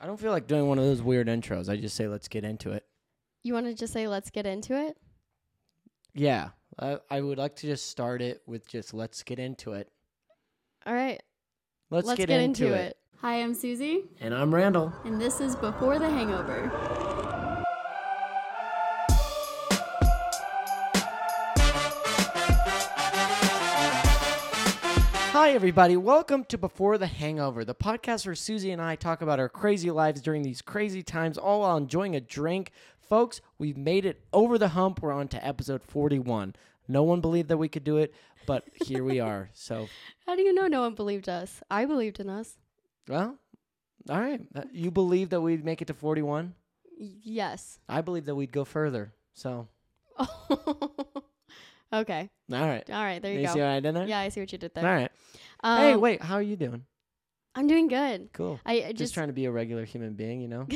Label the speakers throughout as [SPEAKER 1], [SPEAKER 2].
[SPEAKER 1] I don't feel like doing one of those weird intros. I just say let's get into it.
[SPEAKER 2] You want to just say, let's get into it?
[SPEAKER 1] Yeah, I, I would like to just start it with just let's get into it.
[SPEAKER 2] All right.
[SPEAKER 1] Let's, get, into, it.
[SPEAKER 2] Hi, I'm Susie,
[SPEAKER 1] And I'm Randall.
[SPEAKER 2] and this is Before the Hangover.
[SPEAKER 1] Hi, everybody. Welcome to Before the Hangover, the podcast where Susie and I talk about our crazy lives during these crazy times, all while enjoying a drink. Folks, we've made it over the hump. We're on to episode 41. No one believed that we could do it, but here we are. So,
[SPEAKER 2] How do you know no one believed us? I believed in us.
[SPEAKER 1] well, all right. Uh, You believe that we'd make it to 41?
[SPEAKER 2] Y- yes.
[SPEAKER 1] I believe that we'd go further. So,
[SPEAKER 2] okay.
[SPEAKER 1] all right.
[SPEAKER 2] All right. There you,
[SPEAKER 1] you see
[SPEAKER 2] go.
[SPEAKER 1] what I did there?
[SPEAKER 2] Yeah, I see what you did there.
[SPEAKER 1] All right.
[SPEAKER 2] Um,
[SPEAKER 1] hey, wait. How are you doing?
[SPEAKER 2] I'm doing good.
[SPEAKER 1] Cool.
[SPEAKER 2] I I
[SPEAKER 1] Just,
[SPEAKER 2] just,
[SPEAKER 1] trying to be a regular human being, you know?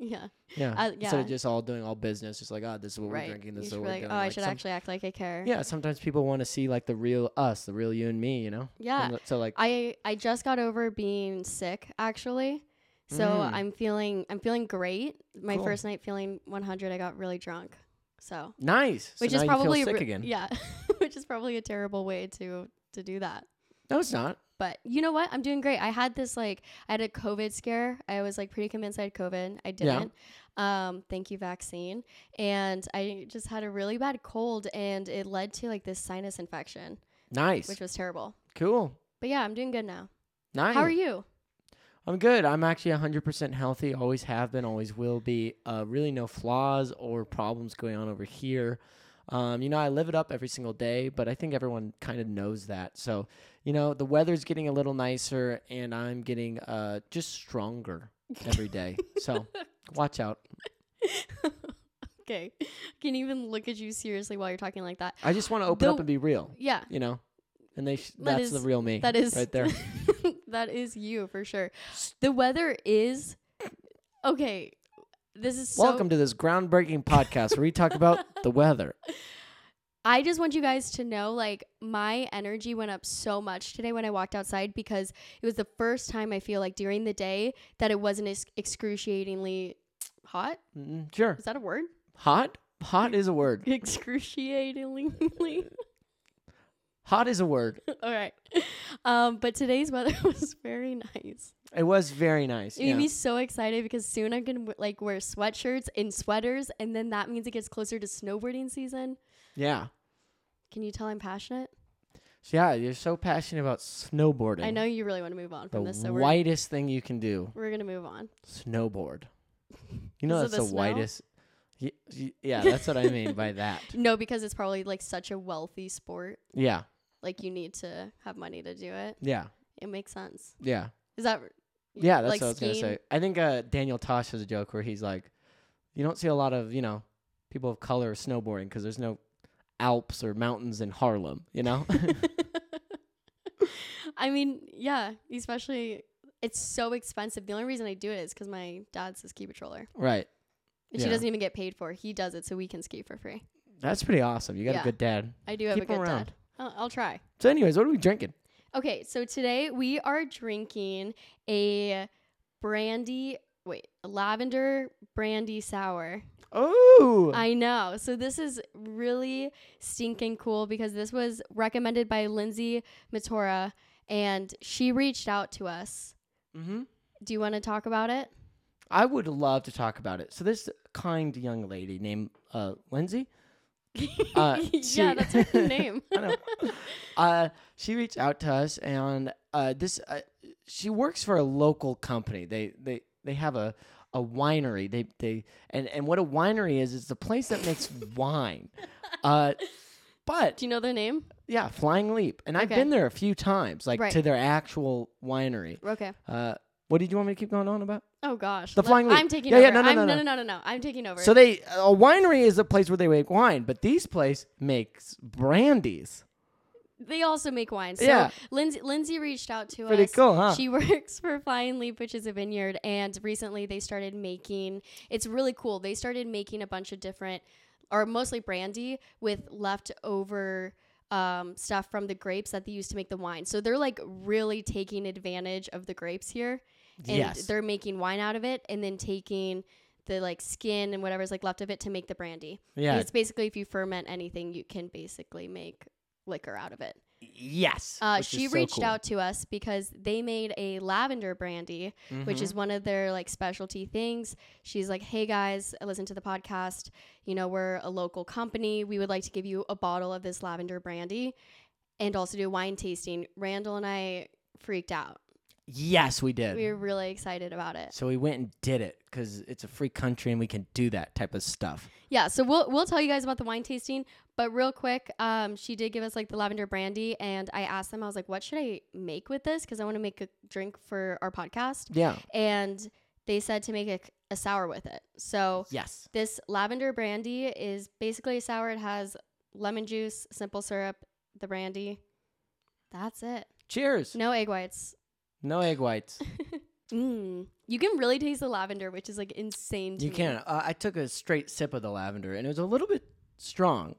[SPEAKER 2] yeah,
[SPEAKER 1] Yeah.
[SPEAKER 2] Uh,
[SPEAKER 1] Instead of
[SPEAKER 2] yeah.
[SPEAKER 1] just all doing all business, just like, oh, this is what
[SPEAKER 2] right.
[SPEAKER 1] we're drinking,
[SPEAKER 2] You
[SPEAKER 1] this is
[SPEAKER 2] should
[SPEAKER 1] what
[SPEAKER 2] be
[SPEAKER 1] we're
[SPEAKER 2] like,
[SPEAKER 1] doing.
[SPEAKER 2] oh, I
[SPEAKER 1] like
[SPEAKER 2] should
[SPEAKER 1] some-
[SPEAKER 2] actually act like I care.
[SPEAKER 1] Yeah, sometimes people want to see like the real us, the real you and me, you know?
[SPEAKER 2] Yeah.
[SPEAKER 1] And so, like,
[SPEAKER 2] I I just got over being sick actually. So
[SPEAKER 1] Mm.
[SPEAKER 2] I'm feeling I'm feeling great. My
[SPEAKER 1] Cool.
[SPEAKER 2] first night feeling 100, I got really drunk. So,
[SPEAKER 1] nice. So
[SPEAKER 2] which
[SPEAKER 1] now
[SPEAKER 2] is
[SPEAKER 1] you feel
[SPEAKER 2] probably
[SPEAKER 1] sick
[SPEAKER 2] re-
[SPEAKER 1] again.
[SPEAKER 2] Yeah. which is probably a terrible way to to do that.
[SPEAKER 1] No, it's not.
[SPEAKER 2] But you know what? I'm doing great. I had this like I had a COVID scare. I was like pretty convinced I had COVID. I didn't. Um, thank you vaccine. And I just had a really bad cold and it led to like this sinus infection,
[SPEAKER 1] Nice.
[SPEAKER 2] which was terrible.
[SPEAKER 1] cool.
[SPEAKER 2] But yeah, I'm doing good now.
[SPEAKER 1] Nice.
[SPEAKER 2] How are you?
[SPEAKER 1] I'm good. I'm actually 100% healthy. Always have been, always will be. Uh, really, no flaws or problems going on over here. Um, you know, I live it up every single day, but I think everyone kind of knows that. So, you know, the weather's getting a little nicer, and I'm getting uh, just stronger every day. so, watch out.
[SPEAKER 2] okay. I can even look at you seriously while you're talking like that.
[SPEAKER 1] I just want to open
[SPEAKER 2] The-
[SPEAKER 1] up and be real,
[SPEAKER 2] Yeah.
[SPEAKER 1] you know? And they sh-
[SPEAKER 2] That
[SPEAKER 1] that's the
[SPEAKER 2] is-
[SPEAKER 1] real me.
[SPEAKER 2] That is
[SPEAKER 1] right there.
[SPEAKER 2] that is you for sure. The weather is okay. This is so
[SPEAKER 1] Welcome to this groundbreaking podcast where we talk about the weather.
[SPEAKER 2] I just want you guys to know like my energy went up so much today when I walked outside because it was the first time I feel like during the day that it wasn't ex- excruciatingly hot.
[SPEAKER 1] Mm, sure.
[SPEAKER 2] Is that a word?
[SPEAKER 1] Hot? Hot is a word.
[SPEAKER 2] Excruciatingly.
[SPEAKER 1] Hot is a word.
[SPEAKER 2] All right. Um, but today's weather was very nice.
[SPEAKER 1] It was very nice.
[SPEAKER 2] It
[SPEAKER 1] yeah.
[SPEAKER 2] made me so excited because soon I'm gonna w- like wear sweatshirts and sweaters, and then that means it gets closer to snowboarding season.
[SPEAKER 1] yeah.
[SPEAKER 2] Can you tell I'm passionate?
[SPEAKER 1] So yeah, you're so passionate about snowboarding.
[SPEAKER 2] I know you really want to move on
[SPEAKER 1] The
[SPEAKER 2] from this, so we're,
[SPEAKER 1] whitest thing you can do,
[SPEAKER 2] we're gonna move on.
[SPEAKER 1] snowboard. You know
[SPEAKER 2] Is
[SPEAKER 1] that's
[SPEAKER 2] it
[SPEAKER 1] the,
[SPEAKER 2] the snow?
[SPEAKER 1] whitest. Y- y- yeah, that's what I mean by that.
[SPEAKER 2] No, because it's probably like such a wealthy sport.
[SPEAKER 1] Yeah,
[SPEAKER 2] Like you need to have money to do it.
[SPEAKER 1] yeah,
[SPEAKER 2] It makes sense.
[SPEAKER 1] yeah,
[SPEAKER 2] Is that
[SPEAKER 1] yeah. That's
[SPEAKER 2] like
[SPEAKER 1] what I was gonna
[SPEAKER 2] skiing?
[SPEAKER 1] say. I think uh, Daniel Tosh has a joke where he's like, "You don't see a lot of you know people of color snowboarding because there's no Alps or mountains in Harlem. You know,
[SPEAKER 2] I mean, yeah, especially it's so expensive. The only reason I do it is because my dad's a ski patroller,
[SPEAKER 1] right?
[SPEAKER 2] and
[SPEAKER 1] Yeah.
[SPEAKER 2] she doesn't even get paid for. it. He does it so we can ski for free.
[SPEAKER 1] That's pretty awesome. You got
[SPEAKER 2] Yeah.
[SPEAKER 1] a good dad.
[SPEAKER 2] I do have
[SPEAKER 1] Keep
[SPEAKER 2] a
[SPEAKER 1] 'em
[SPEAKER 2] good
[SPEAKER 1] around.
[SPEAKER 2] dad. I'll, I'll try.
[SPEAKER 1] So, anyways, what are we drinking?
[SPEAKER 2] Okay, so today we are drinking a brandy, wait, a lavender brandy sour.
[SPEAKER 1] Oh,
[SPEAKER 2] I know. So this is really stinking cool because this was recommended by Lindsay Matora and she reached out to us.
[SPEAKER 1] mm-hmm.
[SPEAKER 2] Do you want to talk about it?
[SPEAKER 1] I would love to talk about it. So this kind young lady named uh, Lindsay. Uh,
[SPEAKER 2] yeah,
[SPEAKER 1] she-
[SPEAKER 2] that's her name.
[SPEAKER 1] I know. Uh, she reached out to us, and uh, this uh, she works for a local company. They they they have a a winery. They they and and what a winery is is the place that makes wine. Uh, but
[SPEAKER 2] Do you know their name?
[SPEAKER 1] yeah, Flying Leap, and I've
[SPEAKER 2] Okay.
[SPEAKER 1] been there a few times, like
[SPEAKER 2] Right.
[SPEAKER 1] to their actual winery.
[SPEAKER 2] Okay.
[SPEAKER 1] Uh, what did you want me to keep going on about?
[SPEAKER 2] Oh gosh.
[SPEAKER 1] The
[SPEAKER 2] Let-
[SPEAKER 1] Flying Leaf.
[SPEAKER 2] I'm taking
[SPEAKER 1] Yeah,
[SPEAKER 2] over.
[SPEAKER 1] yeah, no, no,
[SPEAKER 2] I'm,
[SPEAKER 1] no,
[SPEAKER 2] no,
[SPEAKER 1] no.
[SPEAKER 2] no, no, no, no. I'm taking over.
[SPEAKER 1] So they a winery is a place where they make wine, but these place makes brandies.
[SPEAKER 2] They also make wine. So
[SPEAKER 1] Yeah.
[SPEAKER 2] Lindsay, Lindsay reached out to
[SPEAKER 1] Pretty
[SPEAKER 2] us.
[SPEAKER 1] cool, huh?
[SPEAKER 2] She works for Flying Leap, which is a vineyard, and recently they started making. It's really cool. They started making a bunch of different, or mostly brandy with leftover um, stuff from the grapes that they used to make the wine. So they're like really taking advantage of the grapes here and
[SPEAKER 1] Yes.
[SPEAKER 2] they're making wine out of it and then taking the like skin and whatever's like left of it to make the brandy. And
[SPEAKER 1] Yeah.
[SPEAKER 2] It's basically if you ferment anything, you can basically make liquor out of it.
[SPEAKER 1] yes.
[SPEAKER 2] Uh,
[SPEAKER 1] which is
[SPEAKER 2] she
[SPEAKER 1] so
[SPEAKER 2] reached
[SPEAKER 1] cool.
[SPEAKER 2] out to us because they made a lavender brandy, which
[SPEAKER 1] Mhm.
[SPEAKER 2] is one of their like specialty things. She's like, "Hey guys, I listen to the podcast. You know, we're a local company. We would like to give you a bottle of this lavender brandy, and also do wine tasting." Randall and I freaked out.
[SPEAKER 1] Yes, we did.
[SPEAKER 2] We were really excited about it.
[SPEAKER 1] so we went and did it because it's a free country and we can do that type of stuff.
[SPEAKER 2] Yeah, so we'll we'll tell you guys about the wine tasting, but real quick, um, she did give us like the lavender brandy, and I asked them, I was like, "What should I make with this? Because I want to make a drink for our podcast."
[SPEAKER 1] Yeah.
[SPEAKER 2] and they said to make a, a sour with it. So
[SPEAKER 1] Yes.
[SPEAKER 2] this lavender brandy is basically a sour. It has lemon juice, simple syrup, the brandy. That's it.
[SPEAKER 1] Cheers.
[SPEAKER 2] No egg whites.
[SPEAKER 1] No egg whites.
[SPEAKER 2] Mm. You can really taste the lavender, which is like insane. To
[SPEAKER 1] you
[SPEAKER 2] me.
[SPEAKER 1] can. Uh, I took a straight sip of the lavender and it was a little bit strong.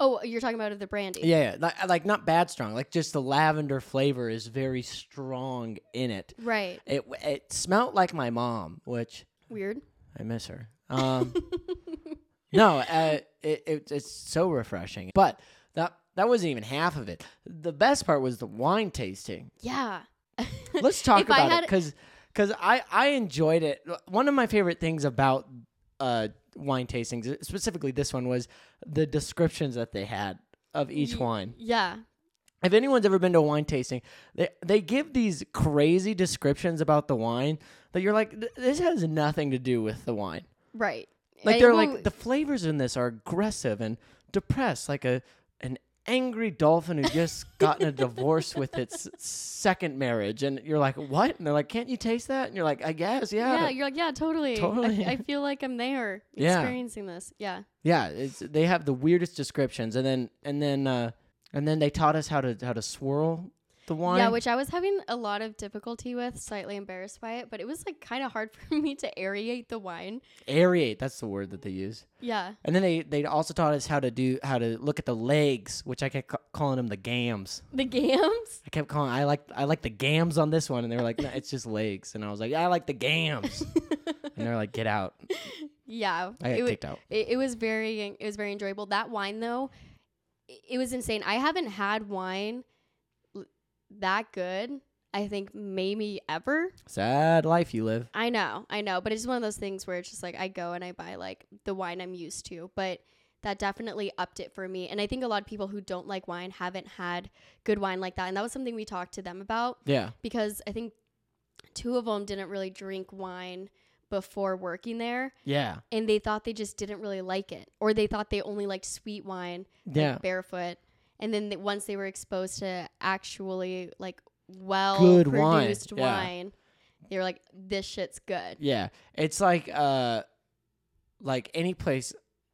[SPEAKER 2] Oh, you're talking about the brandy.
[SPEAKER 1] Yeah, yeah. Like, like not bad strong. Like just the lavender flavor is very strong in it.
[SPEAKER 2] Right.
[SPEAKER 1] It it smelled like my mom, which
[SPEAKER 2] Weird.
[SPEAKER 1] I miss her. Um, no, uh, it, it, it's so refreshing. But that that wasn't even half of it. The best part was the wine tasting.
[SPEAKER 2] Yeah.
[SPEAKER 1] Let's talk
[SPEAKER 2] If I
[SPEAKER 1] about
[SPEAKER 2] had-
[SPEAKER 1] it because I I enjoyed it. One of my favorite things about uh, wine tastings, uh, specifically this one, was the descriptions that they had of each wine.
[SPEAKER 2] yeah.
[SPEAKER 1] If anyone's ever been to a wine tasting, they they give these crazy descriptions about the wine that you're like, "Th- this has nothing to do with the wine.
[SPEAKER 2] Right.
[SPEAKER 1] Like
[SPEAKER 2] I-
[SPEAKER 1] they're
[SPEAKER 2] well,
[SPEAKER 1] like the flavors in this are aggressive and depressed, like a an angry dolphin who just gotten a divorce with its second marriage. And you're like, what? And they're like, can't you taste that? And you're like, I guess,
[SPEAKER 2] yeah.
[SPEAKER 1] yeah, yeah.
[SPEAKER 2] You're like yeah, totally. I-
[SPEAKER 1] Totally.
[SPEAKER 2] I, feel like I'm there,
[SPEAKER 1] Yeah.
[SPEAKER 2] experiencing this. Yeah.
[SPEAKER 1] it's, they have the weirdest descriptions, and then and then uh, and then they taught us how to how to swirl the wine.
[SPEAKER 2] Yeah, which I was having a lot of difficulty with, slightly embarrassed by it, but it was like kind of hard for me to aerate the wine.
[SPEAKER 1] aerate. That's the word that they use.
[SPEAKER 2] Yeah.
[SPEAKER 1] And then they they also taught us how to do how to look at the legs, which I kept ca- calling them the gams.
[SPEAKER 2] The gams?
[SPEAKER 1] I kept calling. I like I like the gams on this one, and they were like, no, "It's just legs." And I was like, "I like the gams," and they're like, "Get out!"
[SPEAKER 2] Yeah.
[SPEAKER 1] I got
[SPEAKER 2] it, wa-
[SPEAKER 1] kicked out.
[SPEAKER 2] it, it was very it was very enjoyable. That wine though, i- it was insane. I haven't had wine l- that good. I think maybe ever.
[SPEAKER 1] Sad life you live.
[SPEAKER 2] I know, I know, but it's just one of those things where it's just like I go and I buy like the wine I'm used to, but that definitely upped it for me. And I think a lot of people who don't like wine haven't had good wine like that, and that was something we talked to them about
[SPEAKER 1] Yeah,
[SPEAKER 2] because I think two of them didn't really drink wine before working there,
[SPEAKER 1] yeah,
[SPEAKER 2] and they thought they just didn't really like it, or they thought they only liked sweet wine, like
[SPEAKER 1] yeah.
[SPEAKER 2] barefoot, and then th- once they were exposed to actually like well
[SPEAKER 1] Good wine,
[SPEAKER 2] produced
[SPEAKER 1] yeah.
[SPEAKER 2] wine. They were like, this shit's good.
[SPEAKER 1] Yeah, it's like uh, like any place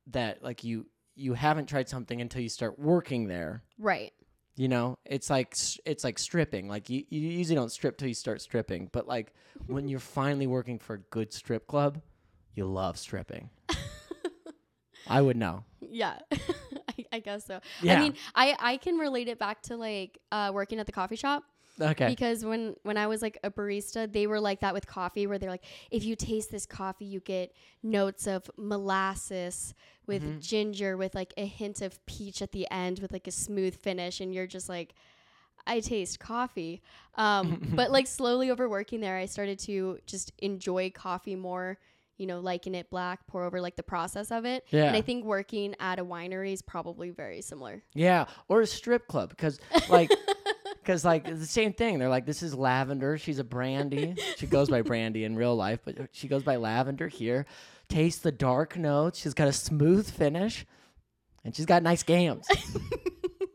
[SPEAKER 1] that like you you haven't tried something until you start working there.
[SPEAKER 2] Right.
[SPEAKER 1] You know, it's like s- it's like stripping. Like you, you usually don't strip till you start stripping, but like when you're finally working for a good strip club, you love stripping. I would know.
[SPEAKER 2] Yeah. I, I guess so.
[SPEAKER 1] Yeah.
[SPEAKER 2] I mean, I, I can relate it back to like uh, working at the coffee shop
[SPEAKER 1] okay.
[SPEAKER 2] because when, when I was like a barista, they were like that with coffee where they're like, if you taste this coffee, you get notes of molasses with
[SPEAKER 1] Mhm.
[SPEAKER 2] ginger, with like a hint of peach at the end, with like a smooth finish. And you're just like, I taste coffee. Um, but like slowly over working there, I started to just enjoy coffee more, you know, liking it black, pour over like the process of it.
[SPEAKER 1] Yeah.
[SPEAKER 2] And I think working at a winery is probably very similar.
[SPEAKER 1] Yeah, or a strip club because like because like it's the same thing. They're like, this is Lavender. She's a brandy. She goes by brandy in real life, but she goes by Lavender here. Taste the dark notes. She's got a smooth finish, and she's got nice gams,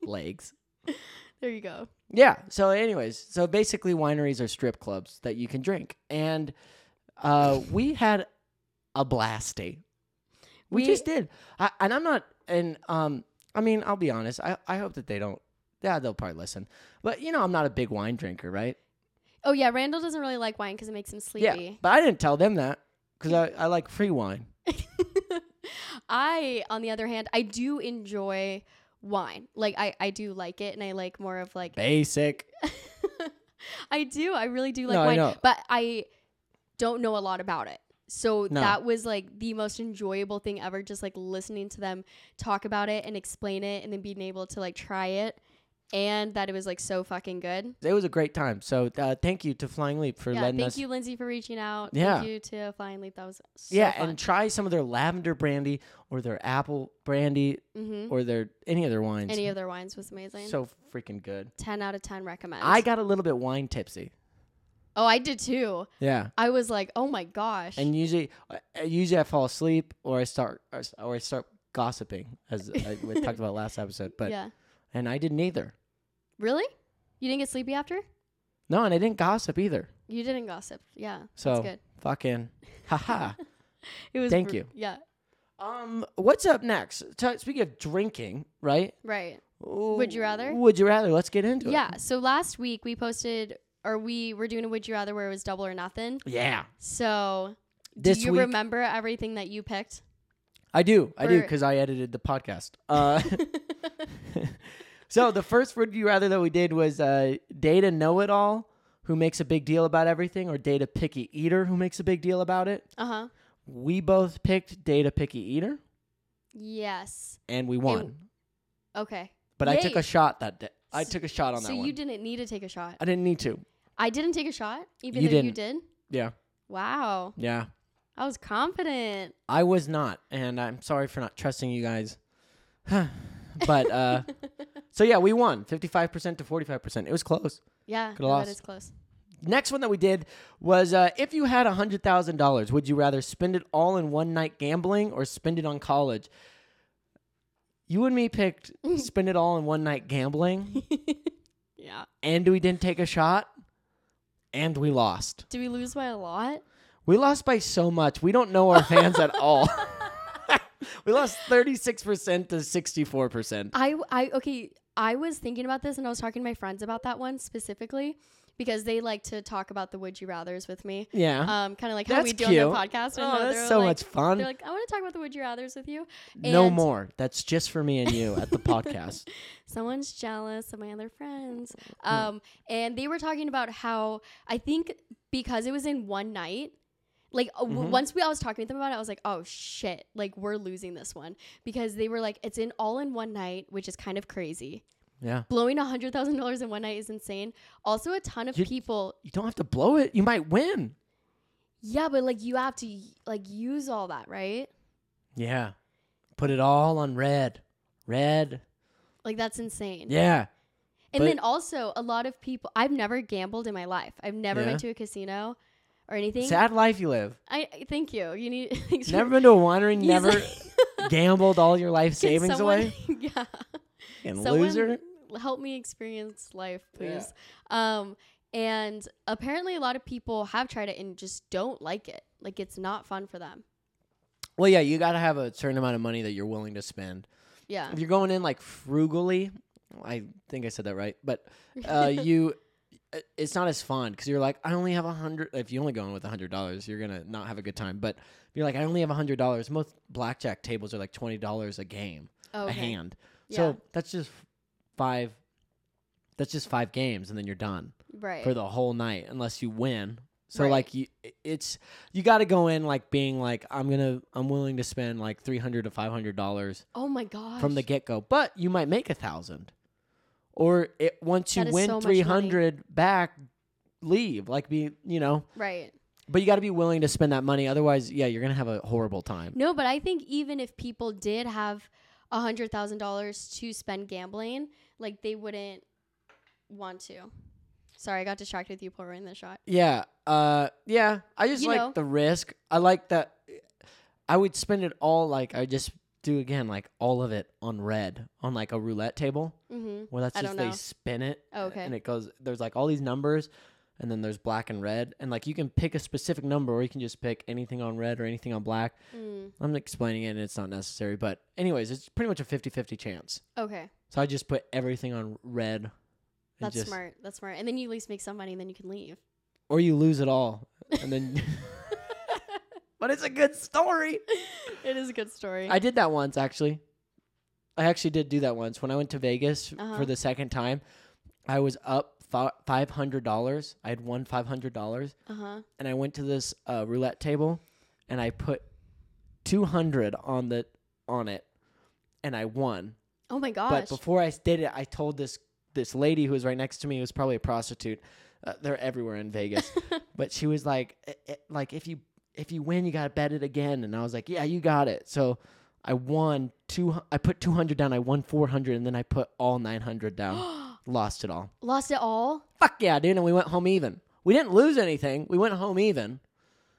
[SPEAKER 1] legs.
[SPEAKER 2] There you go.
[SPEAKER 1] Yeah. So, anyways, so basically, wineries are strip clubs that you can drink, and uh, we had a blast day. We,
[SPEAKER 2] We-
[SPEAKER 1] just did, I, and I'm not, and um, I mean, I'll be honest. I I hope that they don't. Yeah, they'll probably listen, but you know, I'm not a big wine drinker, right?
[SPEAKER 2] Oh, yeah. Randall doesn't really like wine because it makes him
[SPEAKER 1] Yeah,
[SPEAKER 2] sleepy.
[SPEAKER 1] but I didn't tell them that because I I like free wine.
[SPEAKER 2] I, on the other hand, I do enjoy wine. Like, I, I do like it and I like more of like
[SPEAKER 1] Basic.
[SPEAKER 2] I do. I really do like
[SPEAKER 1] No, I
[SPEAKER 2] wine.
[SPEAKER 1] know.
[SPEAKER 2] But I don't know a lot about it. So
[SPEAKER 1] No.
[SPEAKER 2] that was like the most enjoyable thing ever, just like listening to them talk about it and explain it and then being able to like try it and that it was like so fucking good.
[SPEAKER 1] It was a great time. So uh, thank you to Flying Leap for
[SPEAKER 2] yeah,
[SPEAKER 1] letting
[SPEAKER 2] thank
[SPEAKER 1] us.
[SPEAKER 2] you, Lindsay, for reaching out.
[SPEAKER 1] Yeah.
[SPEAKER 2] Thank you to Flying Leap. That was so
[SPEAKER 1] yeah,
[SPEAKER 2] fun.
[SPEAKER 1] and try some of their lavender brandy or their apple brandy
[SPEAKER 2] mm-hmm.
[SPEAKER 1] or their any other wines.
[SPEAKER 2] any of their wines was amazing.
[SPEAKER 1] so freaking good.
[SPEAKER 2] 10 out of 10 recommend.
[SPEAKER 1] I got a little bit wine tipsy.
[SPEAKER 2] oh, I did too.
[SPEAKER 1] Yeah.
[SPEAKER 2] I was like, oh my gosh.
[SPEAKER 1] And usually, uh, usually I fall asleep or I start or s- or I start gossiping, as I, we talked about last episode. But
[SPEAKER 2] yeah.
[SPEAKER 1] and I didn't either.
[SPEAKER 2] Really? You didn't get sleepy after?
[SPEAKER 1] No, and I didn't gossip either.
[SPEAKER 2] You didn't gossip. Yeah.
[SPEAKER 1] So
[SPEAKER 2] that's good.
[SPEAKER 1] fucking haha.
[SPEAKER 2] It was
[SPEAKER 1] thank
[SPEAKER 2] br-
[SPEAKER 1] you.
[SPEAKER 2] Yeah.
[SPEAKER 1] um, what's up next? T- speaking of drinking, right?
[SPEAKER 2] Right.
[SPEAKER 1] Would
[SPEAKER 2] you rather?
[SPEAKER 1] Would you rather? Let's get into
[SPEAKER 2] Yeah. So last week we posted or we were doing a would you rather where it was double or nothing.
[SPEAKER 1] it. Yeah.
[SPEAKER 2] So
[SPEAKER 1] This
[SPEAKER 2] do you
[SPEAKER 1] week
[SPEAKER 2] remember everything that you picked?
[SPEAKER 1] I do. I do
[SPEAKER 2] Or-
[SPEAKER 1] because I edited the podcast. Uh, so the first would you rather that we did was uh, data know it all who makes a big deal about everything or data picky eater who makes a big deal about it.
[SPEAKER 2] Uh huh.
[SPEAKER 1] We both picked data picky eater
[SPEAKER 2] Yes.
[SPEAKER 1] and we won.
[SPEAKER 2] Okay.
[SPEAKER 1] but I took
[SPEAKER 2] yay.
[SPEAKER 1] a shot that day. I took a shot on
[SPEAKER 2] so
[SPEAKER 1] that one.
[SPEAKER 2] you didn't need to take a shot.
[SPEAKER 1] I didn't need to.
[SPEAKER 2] I didn't take a shot, even
[SPEAKER 1] You
[SPEAKER 2] though you did.
[SPEAKER 1] Yeah.
[SPEAKER 2] Wow.
[SPEAKER 1] Yeah.
[SPEAKER 2] I was confident.
[SPEAKER 1] I was not, and I'm sorry for not trusting you guys. but uh so yeah, we won 55% to 45%. It was close.
[SPEAKER 2] Yeah.
[SPEAKER 1] Coulda
[SPEAKER 2] No, that
[SPEAKER 1] lost.
[SPEAKER 2] is close.
[SPEAKER 1] Next one that we did was uh if you had $100,000, would you rather spend it all in one night gambling or spend it on college? You and me picked spend it all in one night gambling,
[SPEAKER 2] Yeah.
[SPEAKER 1] and we didn't take a shot, and we lost.
[SPEAKER 2] Did we lose by a lot?
[SPEAKER 1] We lost by so much. We don't know our fans at all. we lost 36% to 64%.
[SPEAKER 2] I I okay, I was thinking about this and I was talking to my friends about that one specifically because they like to talk about the would you rather's with me.
[SPEAKER 1] Yeah.
[SPEAKER 2] Um kind of like how
[SPEAKER 1] That's
[SPEAKER 2] we do on
[SPEAKER 1] cute.
[SPEAKER 2] the podcast.
[SPEAKER 1] Oh,
[SPEAKER 2] how
[SPEAKER 1] that's
[SPEAKER 2] they're
[SPEAKER 1] so
[SPEAKER 2] like-
[SPEAKER 1] much fun.
[SPEAKER 2] They're like, I want to talk about the would you rather's with you.
[SPEAKER 1] no
[SPEAKER 2] And
[SPEAKER 1] more. That's just for me and you at the podcast.
[SPEAKER 2] Someone's jealous of my other friends. Um and they were talking about how I think because it was in one night like uh, w-
[SPEAKER 1] Mhm.
[SPEAKER 2] once we I was talking to them about it, I was like, oh shit, like we're losing this one because they were like, it's in all in one night, which is kind of crazy.
[SPEAKER 1] Yeah.
[SPEAKER 2] blowing a hundred thousand dollars in one night is insane. Also, a ton of
[SPEAKER 1] You-
[SPEAKER 2] people.
[SPEAKER 1] You don't have to blow it. You might win.
[SPEAKER 2] Yeah, but like you have to y- like use all that, right?
[SPEAKER 1] Yeah. Put it all on red. Red.
[SPEAKER 2] Like that's insane.
[SPEAKER 1] Yeah.
[SPEAKER 2] and
[SPEAKER 1] but-
[SPEAKER 2] then also a lot of people. I've never gambled in my life. I've never
[SPEAKER 1] Yeah.
[SPEAKER 2] been to a casino or anything.
[SPEAKER 1] Sad life you live.
[SPEAKER 2] I I- thank you. You need thanks for-
[SPEAKER 1] Never been to a winery,
[SPEAKER 2] He's
[SPEAKER 1] never
[SPEAKER 2] like-
[SPEAKER 1] gambled all your life
[SPEAKER 2] Can
[SPEAKER 1] savings
[SPEAKER 2] someone-
[SPEAKER 1] away.
[SPEAKER 2] Yeah.
[SPEAKER 1] And
[SPEAKER 2] someone-
[SPEAKER 1] loser.
[SPEAKER 2] help me experience life,
[SPEAKER 1] Yeah.
[SPEAKER 2] please. Um, and apparently a lot of people have tried it and just don't like it. Like it's not fun for them.
[SPEAKER 1] Well, yeah, you got to have a certain amount of money that you're willing to spend.
[SPEAKER 2] Yeah.
[SPEAKER 1] If you're going in like frugally, I think I said that right, but uh, you i- it's not as fun because you're like i only have a hundred if you only go in with a hundred dollars you're gonna not have a good time but if you're like i only have a hundred dollars most blackjack tables are like twenty dollars a game
[SPEAKER 2] Oh,
[SPEAKER 1] a
[SPEAKER 2] okay.
[SPEAKER 1] hand
[SPEAKER 2] Yeah.
[SPEAKER 1] so that's just five that's just five games and then you're done
[SPEAKER 2] Right.
[SPEAKER 1] for the whole night unless you win so
[SPEAKER 2] Eh. Right.
[SPEAKER 1] like you i- it's you got to go in like being like i'm gonna i'm willing to spend like 300 to 500 dollars
[SPEAKER 2] Oh my gosh.
[SPEAKER 1] from the get go, but you might make a thousand. Or it, once you
[SPEAKER 2] That is
[SPEAKER 1] win
[SPEAKER 2] so much money.
[SPEAKER 1] 300 back, leave. Like, be, you know,
[SPEAKER 2] right.
[SPEAKER 1] but you got to be willing to spend that money. Otherwise, yeah, you're going to have a horrible time.
[SPEAKER 2] No, but I think even if people did have a hundred thousand dollars to spend gambling, like they wouldn't want to. Sorry, I got distracted with you pouring the shot.
[SPEAKER 1] Yeah. Uh, yeah. I just
[SPEAKER 2] You
[SPEAKER 1] like
[SPEAKER 2] know.
[SPEAKER 1] the risk. I like that. I would spend it all, like, I just do again, like, all of it on red on like a roulette table
[SPEAKER 2] Mm-hmm.
[SPEAKER 1] where that's
[SPEAKER 2] I
[SPEAKER 1] just
[SPEAKER 2] don't
[SPEAKER 1] they
[SPEAKER 2] know.
[SPEAKER 1] spin it.
[SPEAKER 2] Oh, okay.
[SPEAKER 1] And it goes, there's like all these numbers. And then there's black and red, and like you can pick a specific number, or you can just pick anything on red or anything on black.
[SPEAKER 2] Mm.
[SPEAKER 1] I'm explaining it and it's not necessary, but anyways, it's pretty much a 50-50 chance.
[SPEAKER 2] Okay,
[SPEAKER 1] So I just put everything on red. and
[SPEAKER 2] that's
[SPEAKER 1] just-
[SPEAKER 2] smart. That's smart. And then you at least make some money, and then you can leave.
[SPEAKER 1] Or you lose it all. And then But it's a good story.
[SPEAKER 2] it is a good story.
[SPEAKER 1] I did that once actually. I actually did do that once when I went to Vegas
[SPEAKER 2] Uh-huh.
[SPEAKER 1] for the second time. I was up fi- $500. I had won $500
[SPEAKER 2] Uh huh.
[SPEAKER 1] and I went to this uh, roulette table and I put 200 on the on it and I won.
[SPEAKER 2] Oh my gosh.
[SPEAKER 1] But before I did it, I told this this lady who was right next to me, who was probably a prostitute. Uh, they're everywhere in Vegas. but she was like "Eh, eh, like if you if you win, you got to bet it again and I was like, "Yeah, you got it." So I won two I put 200 down, I won 400 and then I put all 900 down. Lost it all.
[SPEAKER 2] Lost it all.
[SPEAKER 1] Fuck yeah, dude, and we went home even. We didn't lose anything. We went home even.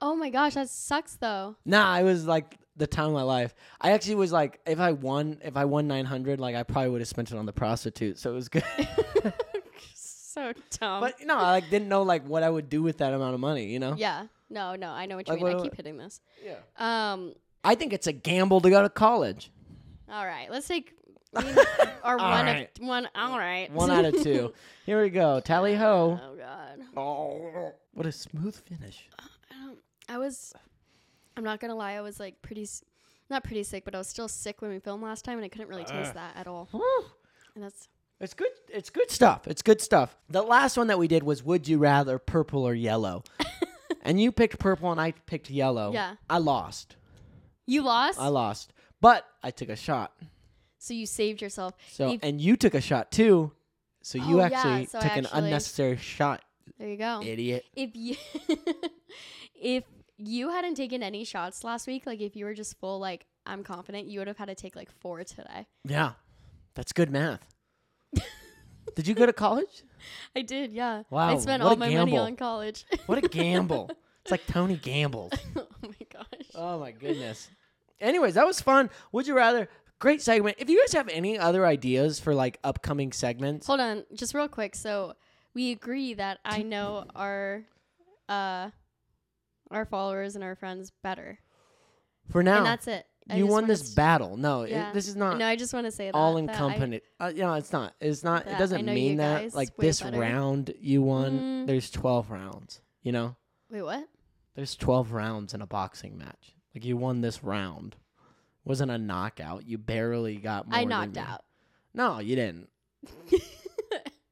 [SPEAKER 2] Oh my gosh, that sucks though.
[SPEAKER 1] Nah, it was like the time of my life. I actually was like, if I won, if I won nine hundred, like I probably would have spent it on the prostitute. So it was good.
[SPEAKER 2] so dumb.
[SPEAKER 1] but no, I like didn't know like what I would do with that amount of money. You know?
[SPEAKER 2] yeah. No, no, I know what you
[SPEAKER 1] Like,
[SPEAKER 2] mean.
[SPEAKER 1] what-
[SPEAKER 2] I keep hitting this.
[SPEAKER 1] Yeah.
[SPEAKER 2] Um.
[SPEAKER 1] I think it's a gamble to go to college.
[SPEAKER 2] All right. Let's take I mean, our
[SPEAKER 1] All
[SPEAKER 2] one
[SPEAKER 1] right.
[SPEAKER 2] of one. All right.
[SPEAKER 1] One out of two. Here we go. Tally ho!
[SPEAKER 2] oh God.
[SPEAKER 1] Oh, what a smooth finish.
[SPEAKER 2] Um, I was. I'm not gonna lie. I was like pretty, s- not pretty sick, but I was still sick when we filmed last time, and I couldn't really taste that at all.
[SPEAKER 1] Whew.
[SPEAKER 2] And that's
[SPEAKER 1] It's good. It's good stuff. It's good stuff. The last one that we did was "Would you rather purple or yellow?" and you picked purple, and I picked yellow.
[SPEAKER 2] Yeah.
[SPEAKER 1] I lost.
[SPEAKER 2] you lost.
[SPEAKER 1] I lost, but I took a shot.
[SPEAKER 2] so you saved yourself.
[SPEAKER 1] So
[SPEAKER 2] You-
[SPEAKER 1] and you took a shot too. So you
[SPEAKER 2] Oh, yeah,
[SPEAKER 1] actually
[SPEAKER 2] so I
[SPEAKER 1] took an
[SPEAKER 2] actually- Oh.
[SPEAKER 1] unnecessary shot,
[SPEAKER 2] there you go.
[SPEAKER 1] idiot.
[SPEAKER 2] if you if you hadn't taken any shots last week, like if you were just full, like I'm confident you would have had to take like four today.
[SPEAKER 1] Yeah, that's good math. Did you go to college?
[SPEAKER 2] I did, yeah.
[SPEAKER 1] Wow,
[SPEAKER 2] I spent
[SPEAKER 1] what
[SPEAKER 2] all
[SPEAKER 1] a
[SPEAKER 2] my
[SPEAKER 1] gamble.
[SPEAKER 2] money on college.
[SPEAKER 1] What a gamble! it's like Tony gambled.
[SPEAKER 2] oh my gosh.
[SPEAKER 1] Oh my goodness. Anyways, that was fun. Would you rather? Great segment. If you guys have any other ideas for like upcoming segments,
[SPEAKER 2] Hold on, just real quick. So we agree that I know our uh our followers and our friends better,
[SPEAKER 1] for now,
[SPEAKER 2] and that's it. I
[SPEAKER 1] you
[SPEAKER 2] just
[SPEAKER 1] won
[SPEAKER 2] wanna
[SPEAKER 1] this
[SPEAKER 2] s-
[SPEAKER 1] battle. No, it-
[SPEAKER 2] Yeah.
[SPEAKER 1] this is not.
[SPEAKER 2] No, I just want to say that
[SPEAKER 1] all
[SPEAKER 2] that I-
[SPEAKER 1] encompassing. Uh, you know, it's not. It's not.
[SPEAKER 2] that
[SPEAKER 1] it
[SPEAKER 2] I
[SPEAKER 1] doesn't
[SPEAKER 2] know you
[SPEAKER 1] mean that.
[SPEAKER 2] guys
[SPEAKER 1] Like
[SPEAKER 2] way
[SPEAKER 1] this
[SPEAKER 2] better.
[SPEAKER 1] round you won.
[SPEAKER 2] Mm.
[SPEAKER 1] There's twelve rounds. You know,
[SPEAKER 2] wait, what?
[SPEAKER 1] there's twelve rounds in a boxing match. Like you won this round. It wasn't a knockout. You barely got. More
[SPEAKER 2] I
[SPEAKER 1] than
[SPEAKER 2] knocked
[SPEAKER 1] me.
[SPEAKER 2] out.
[SPEAKER 1] No, you didn't.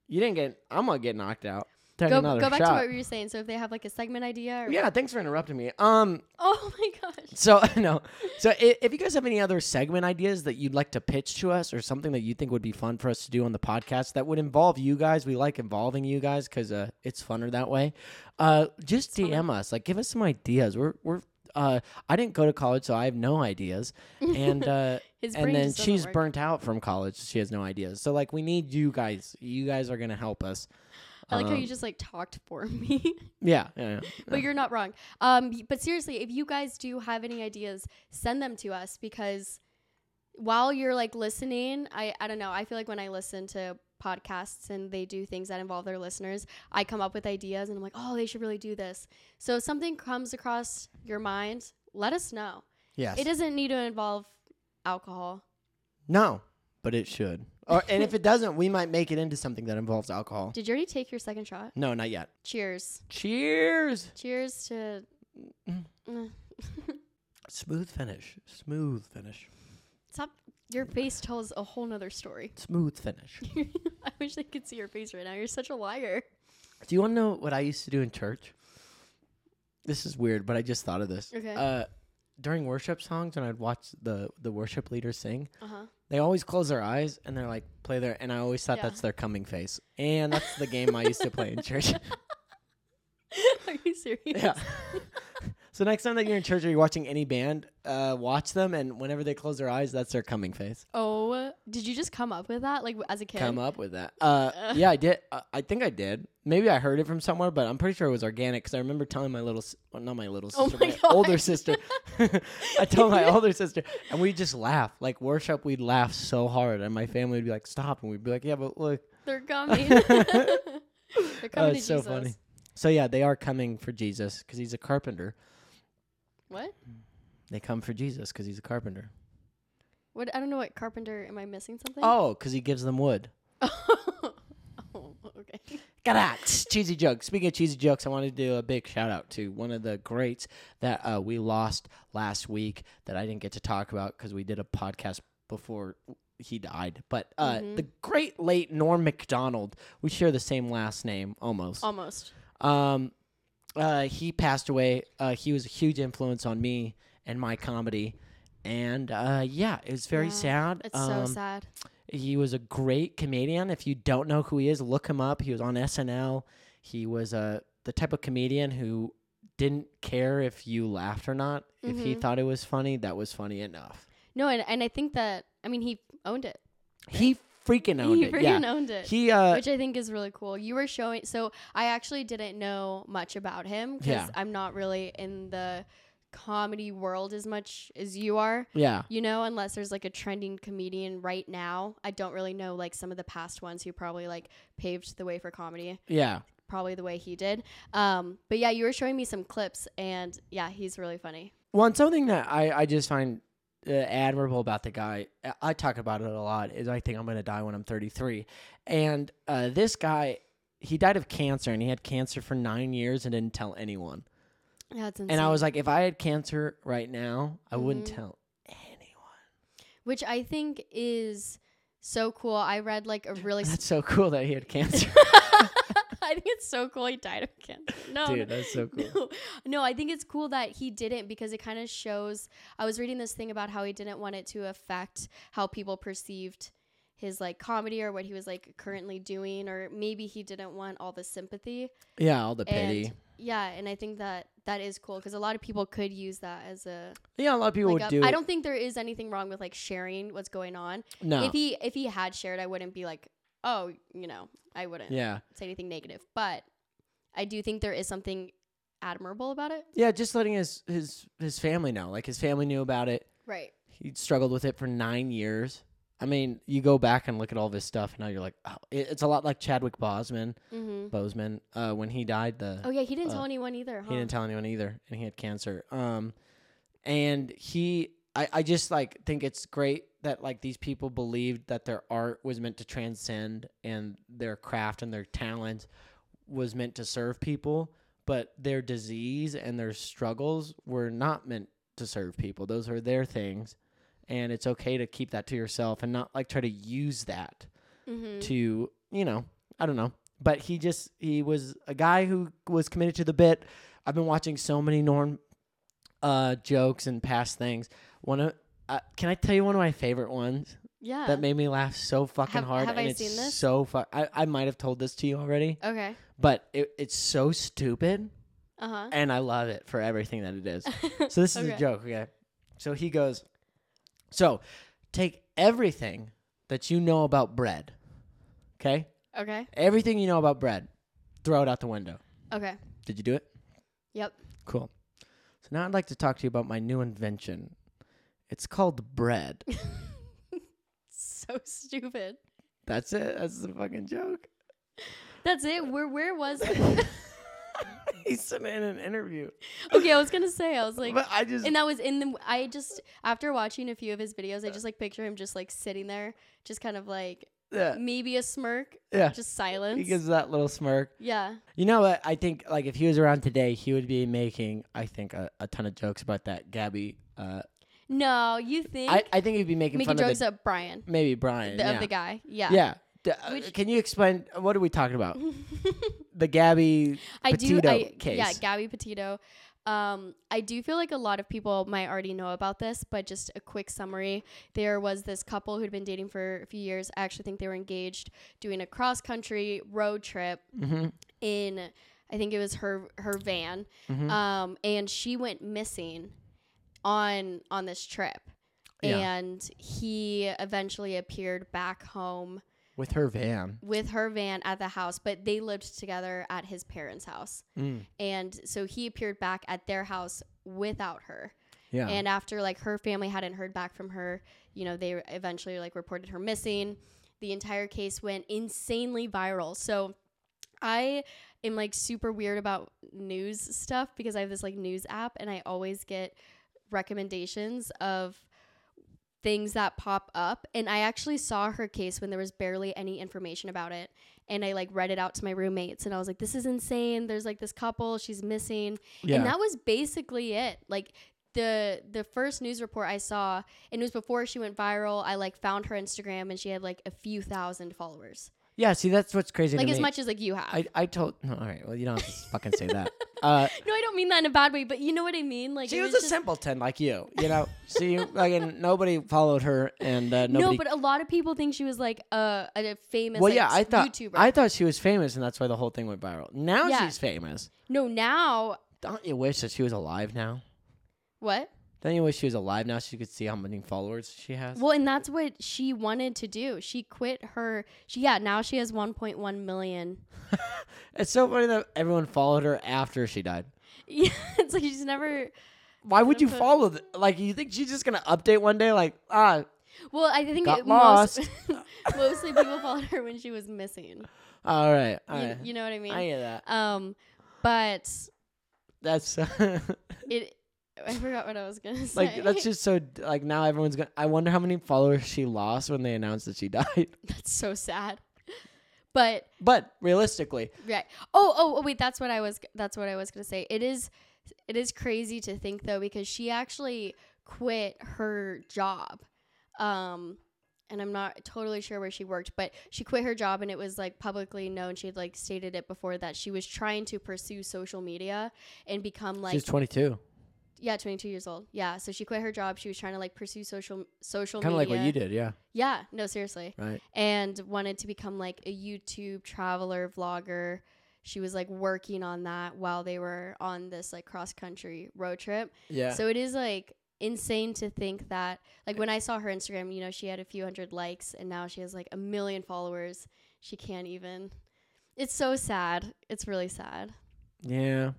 [SPEAKER 1] you didn't get. I'm gonna get knocked out. Take
[SPEAKER 2] Go,
[SPEAKER 1] another
[SPEAKER 2] go back
[SPEAKER 1] shot.
[SPEAKER 2] to what we were saying. So if they have like a segment idea, or
[SPEAKER 1] yeah, thanks for interrupting me. Um,
[SPEAKER 2] Oh my gosh.
[SPEAKER 1] so no, so i- if you guys have any other segment ideas that you'd like to pitch to us, or something that you think would be fun for us to do on the podcast that would involve you guys, we like involving you guys because uh, it's funner that way. Uh, just DM us, like, give us some ideas. We're we're uh, I didn't go to college, so I have no ideas, and uh,
[SPEAKER 2] His
[SPEAKER 1] and
[SPEAKER 2] brain
[SPEAKER 1] then
[SPEAKER 2] just doesn't
[SPEAKER 1] she's
[SPEAKER 2] work.
[SPEAKER 1] burnt out from college. She has no ideas. So like, we need you guys. You guys are gonna help us.
[SPEAKER 2] I like how
[SPEAKER 1] Um,
[SPEAKER 2] you just like talked for me,
[SPEAKER 1] Yeah, yeah, yeah.
[SPEAKER 2] but you're not wrong. Um, y- but seriously, if you guys do have any ideas, send them to us because while you're like listening, I I don't know. I feel like when I listen to podcasts and they do things that involve their listeners, I come up with ideas and I'm like, oh, they should really do this. So if something comes across your mind, let us know.
[SPEAKER 1] Yes.
[SPEAKER 2] It doesn't need to involve alcohol.
[SPEAKER 1] No, but it should. Or and if it doesn't, we might make it into something that involves alcohol.
[SPEAKER 2] Did you already take your second shot?
[SPEAKER 1] No, not yet.
[SPEAKER 2] Cheers.
[SPEAKER 1] Cheers.
[SPEAKER 2] Cheers to. Mm.
[SPEAKER 1] Smooth finish. Smooth finish.
[SPEAKER 2] Stop. Your face tells a whole nother story.
[SPEAKER 1] Smooth finish.
[SPEAKER 2] I wish they could see your face right now. You're such a liar.
[SPEAKER 1] do you want to know what I used to do in church? This is weird, but I just thought of this.
[SPEAKER 2] Okay.
[SPEAKER 1] Uh, during worship songs, when I'd watch the the worship leader sing,
[SPEAKER 2] Uh huh.
[SPEAKER 1] they always close their eyes and they're like play their. And I always thought
[SPEAKER 2] Yeah.
[SPEAKER 1] that's their coming face, and that's the game I used to play in church.
[SPEAKER 2] Are you serious?
[SPEAKER 1] Yeah. so next time that you're in church or you're watching any band, uh, watch them, and whenever they close their eyes, that's their coming face.
[SPEAKER 2] Oh, did you just come up with that like as a kid?
[SPEAKER 1] Come up with that. Uh, yeah, I did. Uh, I think I did. Maybe I heard it from somewhere, but I'm pretty sure it was organic because I remember telling my little, s- well, not my little
[SPEAKER 2] Oh
[SPEAKER 1] sister,
[SPEAKER 2] my
[SPEAKER 1] my,
[SPEAKER 2] God.
[SPEAKER 1] older sister. I told my older sister, and we just laugh like worship. We'd laugh so hard, and my family would be like, "Stop!" and we'd be like, "Yeah, but look."
[SPEAKER 2] They're coming. They're coming
[SPEAKER 1] Oh,
[SPEAKER 2] to
[SPEAKER 1] it's so
[SPEAKER 2] Jesus.
[SPEAKER 1] funny. So yeah, they are coming for Jesus because he's a carpenter.
[SPEAKER 2] What?
[SPEAKER 1] They come for Jesus because he's a carpenter.
[SPEAKER 2] What? I don't know. What carpenter? Am I missing something?
[SPEAKER 1] Oh, because he gives them wood.
[SPEAKER 2] oh okay.
[SPEAKER 1] Galax, cheesy jokes. Speaking of cheesy jokes, I want to do a big shout out to one of the greats that uh, we lost last week that I didn't get to talk about because we did a podcast before he died. But uh,
[SPEAKER 2] Mm-hmm.
[SPEAKER 1] the great late Norm McDonald, we share the same last name almost.
[SPEAKER 2] Almost.
[SPEAKER 1] Um, uh, he passed away. Uh, he was a huge influence on me and my comedy. And uh, yeah, it was very
[SPEAKER 2] Yeah.
[SPEAKER 1] sad.
[SPEAKER 2] It's
[SPEAKER 1] Um,
[SPEAKER 2] so sad.
[SPEAKER 1] He was a great comedian. If you don't know who he is, look him up. He was on SNL. He was uh, the type of comedian who didn't care if you laughed or not. If he
[SPEAKER 2] Mhm.
[SPEAKER 1] thought it was funny, that was funny enough.
[SPEAKER 2] No, and, and I think that I mean he owned it.
[SPEAKER 1] He freaking owned
[SPEAKER 2] he
[SPEAKER 1] it.
[SPEAKER 2] freaking
[SPEAKER 1] yeah.
[SPEAKER 2] owned it.
[SPEAKER 1] He uh
[SPEAKER 2] which I think is really cool. You were showing, so I actually didn't know much about him because
[SPEAKER 1] Yeah.
[SPEAKER 2] I'm not really in the comedy world as much as you are.
[SPEAKER 1] yeah.
[SPEAKER 2] You know, unless there's like a trending comedian right now, I don't really know like some of the past ones who probably like paved the way for comedy,
[SPEAKER 1] Yeah.
[SPEAKER 2] probably the way he did. Um, but yeah, you were showing me some clips, and yeah, he's really funny.
[SPEAKER 1] Well, and something that I, I just find uh, admirable about the guy, I- I talk about it a lot, is I think I'm going to die when I'm 33. And uh, this guy, he died of cancer and he had cancer for nine years and didn't tell anyone.
[SPEAKER 2] Yeah, it's insane.
[SPEAKER 1] And I was like, if I had cancer right now, I wouldn't
[SPEAKER 2] Mhm.
[SPEAKER 1] tell anyone.
[SPEAKER 2] which I think is so cool. I read like a really.
[SPEAKER 1] That's so cool that he had cancer.
[SPEAKER 2] I think it's so cool he died of cancer. No, no.
[SPEAKER 1] Dude, that's so cool.
[SPEAKER 2] No, no, I think it's cool that he didn't because it kind of shows. I was reading this thing about how he didn't want it to affect how people perceived his like comedy or what he was like currently doing, or maybe he didn't want all the sympathy.
[SPEAKER 1] Yeah, all the pity.
[SPEAKER 2] And yeah, and I think that that is cool because a lot of people could use that as a.
[SPEAKER 1] yeah, a lot of people
[SPEAKER 2] Like
[SPEAKER 1] would
[SPEAKER 2] a
[SPEAKER 1] do
[SPEAKER 2] I
[SPEAKER 1] it.
[SPEAKER 2] don't think there is anything wrong with like sharing what's going on.
[SPEAKER 1] no.
[SPEAKER 2] If he if he had shared, I wouldn't be like, oh, you know, I wouldn't
[SPEAKER 1] yeah.
[SPEAKER 2] say anything negative. But I do think there is something admirable about it.
[SPEAKER 1] Yeah, just letting his, his, his family know. Like his family knew about it.
[SPEAKER 2] Right.
[SPEAKER 1] he struggled with it for nine years. I mean, you go back and look at all this stuff, and now you're like, oh, it, it's a lot like Chadwick Boseman.
[SPEAKER 2] Mm-hmm.
[SPEAKER 1] Boseman, uh, when he died, the
[SPEAKER 2] Oh yeah, he didn't
[SPEAKER 1] Uh,
[SPEAKER 2] tell anyone either, huh?
[SPEAKER 1] he didn't tell anyone either, and he had cancer. Um, and he, I, I just like think it's great that like these people believed that their art was meant to transcend, and their craft and their talent was meant to serve people, but their disease and their struggles were not meant to serve people. Those are their things. And it's okay to keep that to yourself and not like try to use that
[SPEAKER 2] mm-hmm.
[SPEAKER 1] to you know i don't know but he just he was a guy who was committed to the bit i've been watching so many norm uh jokes and past things one of uh, can i tell you one of my favorite ones
[SPEAKER 2] Yeah.
[SPEAKER 1] that made me laugh so fucking
[SPEAKER 2] Have-
[SPEAKER 1] hard
[SPEAKER 2] have
[SPEAKER 1] and
[SPEAKER 2] I
[SPEAKER 1] it's
[SPEAKER 2] seen this?
[SPEAKER 1] so fu- I, I might have told this to you already
[SPEAKER 2] okay.
[SPEAKER 1] but it, it's so stupid
[SPEAKER 2] Uh huh.
[SPEAKER 1] and i love it for everything that it is so this is a
[SPEAKER 2] Okay.
[SPEAKER 1] joke, okay? So he goes, so take everything that you know about bread, okay?
[SPEAKER 2] okay.
[SPEAKER 1] Everything you know about bread, throw it out the window.
[SPEAKER 2] Okay.
[SPEAKER 1] Did you do it?
[SPEAKER 2] Yep.
[SPEAKER 1] Cool. So now I'd like to talk to you about my new invention. It's called bread.
[SPEAKER 2] So stupid.
[SPEAKER 1] That's it. That's the fucking joke.
[SPEAKER 2] That's it. Where where was it?
[SPEAKER 1] He said it in an interview,
[SPEAKER 2] okay, I was gonna say. I was like.
[SPEAKER 1] but I just
[SPEAKER 2] and that was in the. I just after watching a few of his videos, I just like picture him just like sitting there, just kind of like
[SPEAKER 1] yeah,
[SPEAKER 2] maybe a smirk,
[SPEAKER 1] yeah.
[SPEAKER 2] just silence.
[SPEAKER 1] He gives that little smirk.
[SPEAKER 2] yeah.
[SPEAKER 1] You know what? I think like if he was around today, he would be making I think a, a ton of jokes about that Gabby. Uh,
[SPEAKER 2] No, you think
[SPEAKER 1] I I think he'd be making,
[SPEAKER 2] making
[SPEAKER 1] fun of
[SPEAKER 2] jokes
[SPEAKER 1] the,
[SPEAKER 2] of Brian,
[SPEAKER 1] maybe Brian.
[SPEAKER 2] the,
[SPEAKER 1] yeah.
[SPEAKER 2] of the guy. Yeah.
[SPEAKER 1] yeah. D- uh,
[SPEAKER 2] Which-
[SPEAKER 1] can you explain what are we talking about? the Gabby.
[SPEAKER 2] I do.
[SPEAKER 1] Petito
[SPEAKER 2] I, Yeah,
[SPEAKER 1] case.
[SPEAKER 2] Gabby Petito. Um, I do feel like a lot of people might already know about this, but just a quick summary. There was this couple who'd been dating for a few years. I actually think they were engaged, doing a cross country road trip
[SPEAKER 1] Mm-hmm.
[SPEAKER 2] in, I think it was her her van,
[SPEAKER 1] Mhm.
[SPEAKER 2] um, and she went missing on on this trip,
[SPEAKER 1] Yeah.
[SPEAKER 2] and he eventually appeared back home
[SPEAKER 1] With her van.
[SPEAKER 2] with her van at the house, but they lived together at his parents' house.
[SPEAKER 1] Mm.
[SPEAKER 2] And so he appeared back at their house without her.
[SPEAKER 1] Yeah.
[SPEAKER 2] And after like her family hadn't heard back from her, you know, they eventually like reported her missing. The entire case went insanely viral. So I am like super weird about news stuff because I have this like news app and I always get recommendations of things that pop up and I actually saw her case when there was barely any information about it and I like read it out to my roommates and I was like this is insane there's like this couple she's missing
[SPEAKER 1] yeah.
[SPEAKER 2] and that was basically it. Like the the first news report I saw, and it was before she went viral. I like found her Instagram, and she had like a few thousand followers,
[SPEAKER 1] Yeah, see, that's what's crazy.
[SPEAKER 2] like
[SPEAKER 1] to
[SPEAKER 2] as
[SPEAKER 1] me.
[SPEAKER 2] much as like you have.
[SPEAKER 1] I, I told. No, all right. Well, you don't have to fucking say that. Uh,
[SPEAKER 2] no, I don't mean that in a bad way, but you know what I mean. Like
[SPEAKER 1] she
[SPEAKER 2] it
[SPEAKER 1] was,
[SPEAKER 2] was,
[SPEAKER 1] a
[SPEAKER 2] just,
[SPEAKER 1] simpleton like you. You know, she like nobody followed her, and uh, nobody.
[SPEAKER 2] no, but a lot of people think she was like a, a famous.
[SPEAKER 1] well,
[SPEAKER 2] like,
[SPEAKER 1] yeah, I thought
[SPEAKER 2] YouTuber.
[SPEAKER 1] I thought she was famous, and that's why the whole thing went viral. Now
[SPEAKER 2] Yeah.
[SPEAKER 1] she's famous.
[SPEAKER 2] no, now
[SPEAKER 1] Don't you wish that she was alive now?
[SPEAKER 2] what?
[SPEAKER 1] Don't you wish she was alive now so you could see how many followers she has?
[SPEAKER 2] Well, and that's what she wanted to do. She quit her. She yeah. Now she has 1.1 million.
[SPEAKER 1] it's so funny that everyone followed her after she died.
[SPEAKER 2] Yeah, it's like she's never.
[SPEAKER 1] Why would you
[SPEAKER 2] But-
[SPEAKER 1] follow? Th- like, you think she's just gonna update one day? Like, ah,
[SPEAKER 2] Well, I think
[SPEAKER 1] Got
[SPEAKER 2] it most, mostly people followed her when she was missing. You-
[SPEAKER 1] all right, all
[SPEAKER 2] You,
[SPEAKER 1] right.
[SPEAKER 2] know what I mean?
[SPEAKER 1] I hear that.
[SPEAKER 2] um, but
[SPEAKER 1] That's
[SPEAKER 2] it. I forgot what I was gonna say.
[SPEAKER 1] like that's just so d- like now everyone's gonna. I wonder how many followers she lost when they announced that she died.
[SPEAKER 2] That's so sad. But
[SPEAKER 1] But realistically,
[SPEAKER 2] right. Oh, oh, oh, wait. That's what I was. That's what I was gonna say. It is. It is crazy to think though because she actually quit her job. Um. And I'm not totally sure where she worked, but she quit her job and it was like publicly known. She had like stated it before that she was trying to pursue social media and become like
[SPEAKER 1] she's 22,
[SPEAKER 2] yeah, 22 years old. Yeah, so she quit her job. She was trying to like pursue social social
[SPEAKER 1] kind of
[SPEAKER 2] media.
[SPEAKER 1] like what you did, yeah,
[SPEAKER 2] Yeah, no, seriously.
[SPEAKER 1] right.
[SPEAKER 2] And wanted to become like a YouTube traveler vlogger. She was like working on that while they were on this like cross country road trip.
[SPEAKER 1] Yeah,
[SPEAKER 2] So it is like insane to think that like when I saw her Instagram, you know, she had a few hundred likes and now she has like a million followers. She can't even. It's so sad. It's really sad.
[SPEAKER 1] yeah.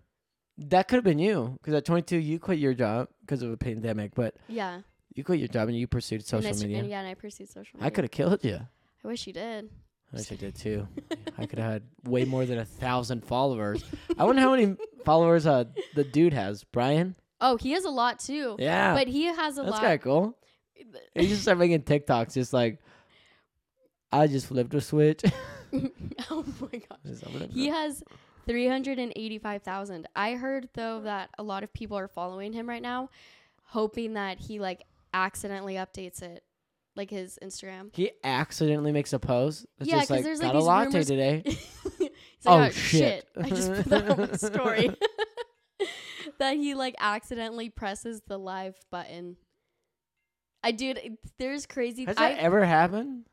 [SPEAKER 1] That could have been you, because at 22 you quit your job because of a pandemic, but
[SPEAKER 2] Yeah.
[SPEAKER 1] you quit your job and you pursued social
[SPEAKER 2] and I,
[SPEAKER 1] media.
[SPEAKER 2] And yeah, and I pursued social media.
[SPEAKER 1] I could have killed you.
[SPEAKER 2] I wish you did.
[SPEAKER 1] I wish I did too. I could have had way more than a thousand followers. I wonder how many followers uh, the dude has. Brian?
[SPEAKER 2] Oh, he has a lot too.
[SPEAKER 1] Yeah.
[SPEAKER 2] But he has a
[SPEAKER 1] that's
[SPEAKER 2] lot.
[SPEAKER 1] kind of cool. He just started making TikToks, just like, I just flipped a switch.
[SPEAKER 2] oh my gosh.
[SPEAKER 1] Just open up
[SPEAKER 2] He
[SPEAKER 1] the-
[SPEAKER 2] has 385,000. I heard though that a lot of people are following him right now hoping that he like accidentally updates it like his Instagram.
[SPEAKER 1] He accidentally makes a post. It's
[SPEAKER 2] Yeah,
[SPEAKER 1] just
[SPEAKER 2] 'cause
[SPEAKER 1] like,
[SPEAKER 2] there's, like,
[SPEAKER 1] got a
[SPEAKER 2] these
[SPEAKER 1] latte
[SPEAKER 2] rumors-
[SPEAKER 1] today.
[SPEAKER 2] He's like,
[SPEAKER 1] Oh,
[SPEAKER 2] "Oh,
[SPEAKER 1] shit."
[SPEAKER 2] I just put that on my story. that he like accidentally presses the live button. I dude, it- there's crazy.
[SPEAKER 1] Has
[SPEAKER 2] I
[SPEAKER 1] that ever happened?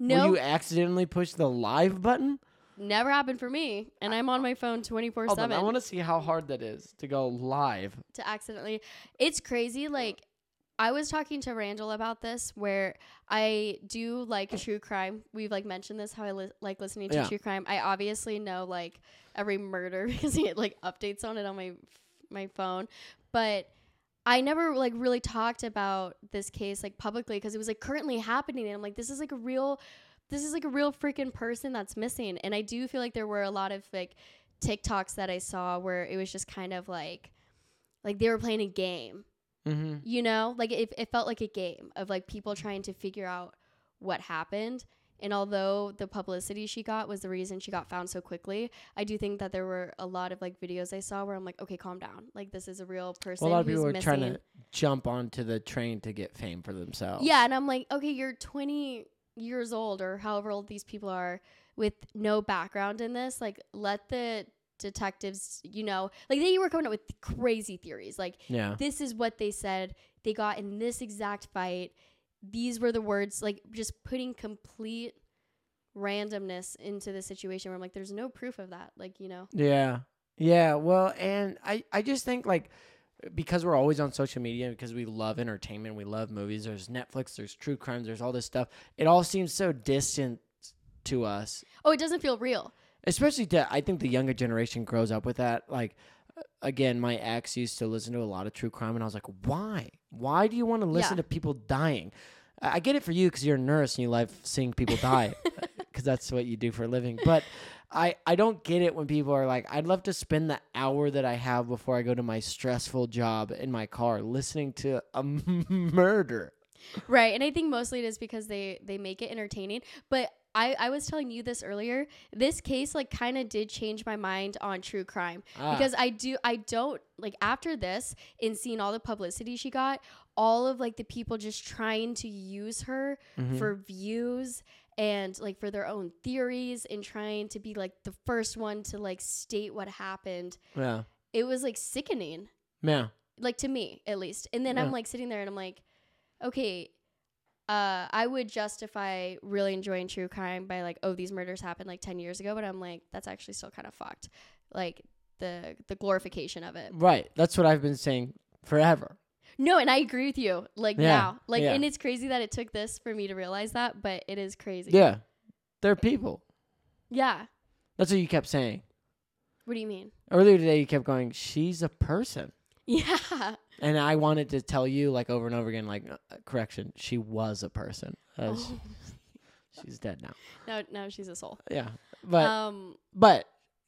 [SPEAKER 2] no,
[SPEAKER 1] Where you accidentally push the live button?
[SPEAKER 2] never happened for me, and I'm on my phone 24
[SPEAKER 1] Hold on,
[SPEAKER 2] seven.
[SPEAKER 1] I want to see how hard that is to go live.
[SPEAKER 2] to accidentally it's crazy like i was talking to randall about this where i do like true crime we've like mentioned this how i li- like listening to
[SPEAKER 1] Yeah.
[SPEAKER 2] true crime i obviously know like every murder because he had like updates on it on my my phone but I never like really talked about this case like publicly because it was like currently happening and I'm like this is like a real this is like a real freaking person that's missing and I do feel like there were a lot of like TikToks that I saw where it was just kind of like like they were playing a game
[SPEAKER 1] Mm-hmm.
[SPEAKER 2] you know like it, it felt like a game of like people trying to figure out what happened and although the publicity she got was the reason she got found so quickly i do think that there were a lot of like videos i saw where i'm like okay calm down like this is a real person
[SPEAKER 1] Well, a lot of
[SPEAKER 2] who's
[SPEAKER 1] people are
[SPEAKER 2] missing
[SPEAKER 1] trying to Oh. jump onto the train to get fame for themselves.
[SPEAKER 2] yeah and i'm like okay you're 20 years old or however old these people are with no background in this like let the detectives you know like they were coming up with crazy theories like
[SPEAKER 1] Yeah.
[SPEAKER 2] this is what they said they got in this exact fight these were the words like just putting complete randomness into the situation where i'm like there's no proof of that like you know
[SPEAKER 1] Yeah. Yeah. Well, and I, I just think like because we're always on social media, because we love entertainment, we love movies, there's Netflix, there's true crimes, there's all this stuff. It all seems so distant to us.
[SPEAKER 2] oh it doesn't feel real
[SPEAKER 1] Especially to I think the younger generation grows up with that. Like again, my ex used to listen to a lot of true crime and I was like, "Why? Why do you want to listen
[SPEAKER 2] Yeah.
[SPEAKER 1] to people dying?" I I get it for you because you're a nurse and you love seeing people die because that's what you do for a living. But I, I don't get it when people are like, I'd love to spend the hour that I have before I go to my stressful job in my car listening to a murder.
[SPEAKER 2] right and i think mostly it is because they they make it entertaining but I, I was telling you this earlier. This case like kind of did change my mind on true crime
[SPEAKER 1] Ah.
[SPEAKER 2] because I do I don't like after this and seeing all the publicity she got, all of like the people just trying to use her
[SPEAKER 1] Mhm.
[SPEAKER 2] for views and like for their own theories and trying to be like the first one to like state what happened.
[SPEAKER 1] yeah,
[SPEAKER 2] It was like sickening
[SPEAKER 1] yeah,
[SPEAKER 2] like to me at least and then
[SPEAKER 1] Yeah.
[SPEAKER 2] i'm like sitting there and i'm like okay uh i would justify really enjoying true crime by like oh these murders happened like 10 years ago but i'm like that's actually still kind of fucked like the the glorification of it
[SPEAKER 1] right. That's what I've been saying forever.
[SPEAKER 2] no and i agree with you like
[SPEAKER 1] Yeah,
[SPEAKER 2] now like
[SPEAKER 1] yeah.
[SPEAKER 2] and it's crazy that it took this for me to realize that but it is crazy
[SPEAKER 1] Yeah, they're people.
[SPEAKER 2] yeah
[SPEAKER 1] That's what you kept saying
[SPEAKER 2] what do you mean
[SPEAKER 1] earlier today. You kept going, "She's a person,"
[SPEAKER 2] yeah
[SPEAKER 1] and I wanted to tell you like over and over again, like, uh, correction, she was a person. Uh, she-
[SPEAKER 2] oh,
[SPEAKER 1] She's dead now.
[SPEAKER 2] now now she's a soul
[SPEAKER 1] Yeah, but
[SPEAKER 2] um
[SPEAKER 1] but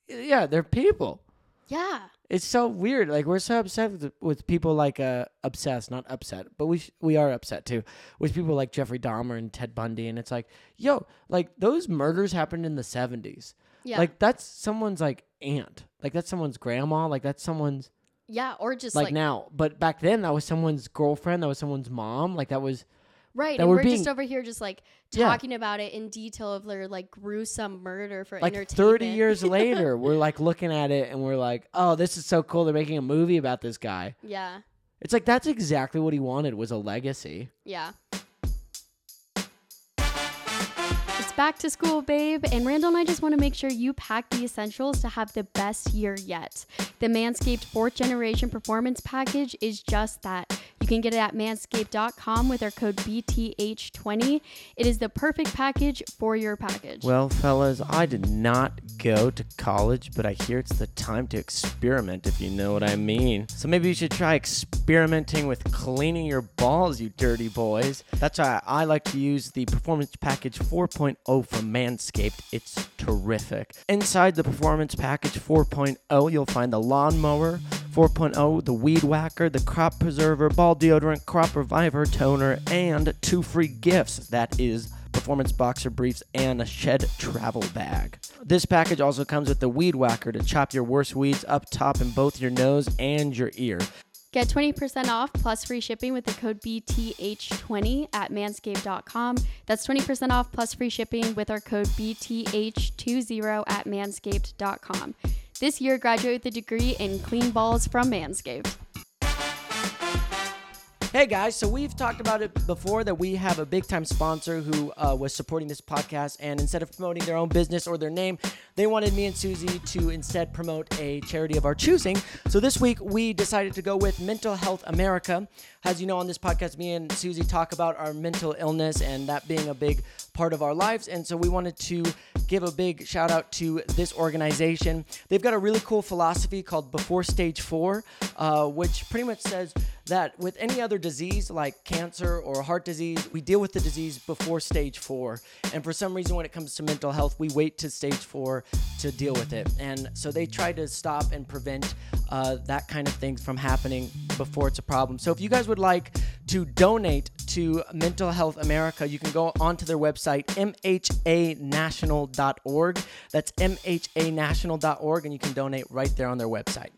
[SPEAKER 1] yeah, they're people.
[SPEAKER 2] yeah
[SPEAKER 1] It's so weird. Like we're so upset with, with people like uh, obsessed, not upset, but we sh- we are upset too with people like Jeffrey Dahmer and Ted Bundy, and it's like, yo, like those murders happened in the seventies.
[SPEAKER 2] yeah
[SPEAKER 1] Like that's someone's like aunt, like that's someone's grandma, like that's someone's
[SPEAKER 2] yeah or just
[SPEAKER 1] like,
[SPEAKER 2] like,
[SPEAKER 1] now. But back then, that was someone's girlfriend, that was someone's mom, like that was
[SPEAKER 2] Right.
[SPEAKER 1] that
[SPEAKER 2] and
[SPEAKER 1] we're
[SPEAKER 2] we're,
[SPEAKER 1] being-
[SPEAKER 2] just over here just like
[SPEAKER 1] Yeah.
[SPEAKER 2] talking about it in detail of their like gruesome murder for
[SPEAKER 1] like
[SPEAKER 2] entertainment.
[SPEAKER 1] thirty years later. We're like looking at it and we're like, oh, this is so cool. They're making a movie about this guy.
[SPEAKER 2] Yeah.
[SPEAKER 1] It's like that's exactly what he wanted was a legacy.
[SPEAKER 2] Yeah. It's back to school, babe, and Randall and I just want to make sure you pack the essentials to have the best year yet. The Manscaped fourth generation performance package is just that. You can get it at manscaped.com with our code BTH20. It is the perfect package for your package.
[SPEAKER 1] Well, fellas, I did not go to college, but I hear it's the time to experiment, if you know what I mean. So maybe you should try experimenting with cleaning your balls, you dirty boys. That's why I like to use the Performance Package 4.0 from Manscaped. It's terrific. Inside the Performance Package 4.0, you'll find the lawnmower. 4.0, the weed whacker, the crop preserver, ball deodorant, crop reviver, toner, and two free gifts. That is performance boxer briefs, and a shed travel bag. This package also comes with the weed whacker to chop your worst weeds up top in both your nose and your ear.
[SPEAKER 2] Get 20% off plus free shipping with the code BTH20 at manscaped.com. That's 20% off plus free shipping with our code BTH20 at manscaped.com. This year, graduate with a degree in clean balls from Manscaped.
[SPEAKER 1] Hey guys, so we've talked about it before that we have a big time sponsor who uh, was supporting this podcast, and instead of promoting their own business or their name, they wanted me and Susie to instead promote a charity of our choosing. So this week we decided to go with Mental Health America. As you know, on this podcast, me and Susie talk about our mental illness and that being a big part of our lives, and so we wanted to give a big shout out to this organization. They've got a really cool philosophy called Before Stage Four, uh, which pretty much says that with any other disease like cancer or heart disease, we deal with the disease before stage four. And for some reason, when it comes to mental health, we wait to stage four to deal with it. And so they try to stop and prevent uh, that kind of thing from happening before it's a problem. So if you guys would like to donate to Mental Health America, you can go onto their website, mhanational.org. That's mhanational.org, and you can donate right there on their website.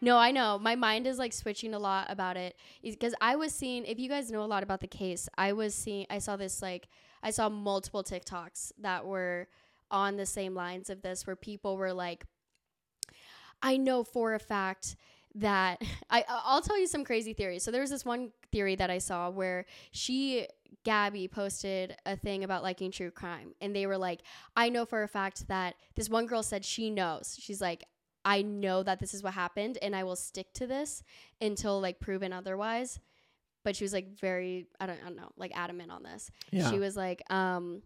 [SPEAKER 2] No, I know. My mind is like switching a lot about it because I was seeing, if you guys know a lot about the case, I was seeing, I saw this like, I saw multiple TikToks that were on the same lines of this where people were like, I know for a fact that I I- I'll tell you some crazy theories. So there was this one theory that I saw where she Gabby posted a thing about liking true crime and they were like, I know for a fact that this one girl said she knows. She's like, I know that this is what happened and I will stick to this until like proven otherwise. But she was like very I don't I don't know, like adamant on this. She was like, um,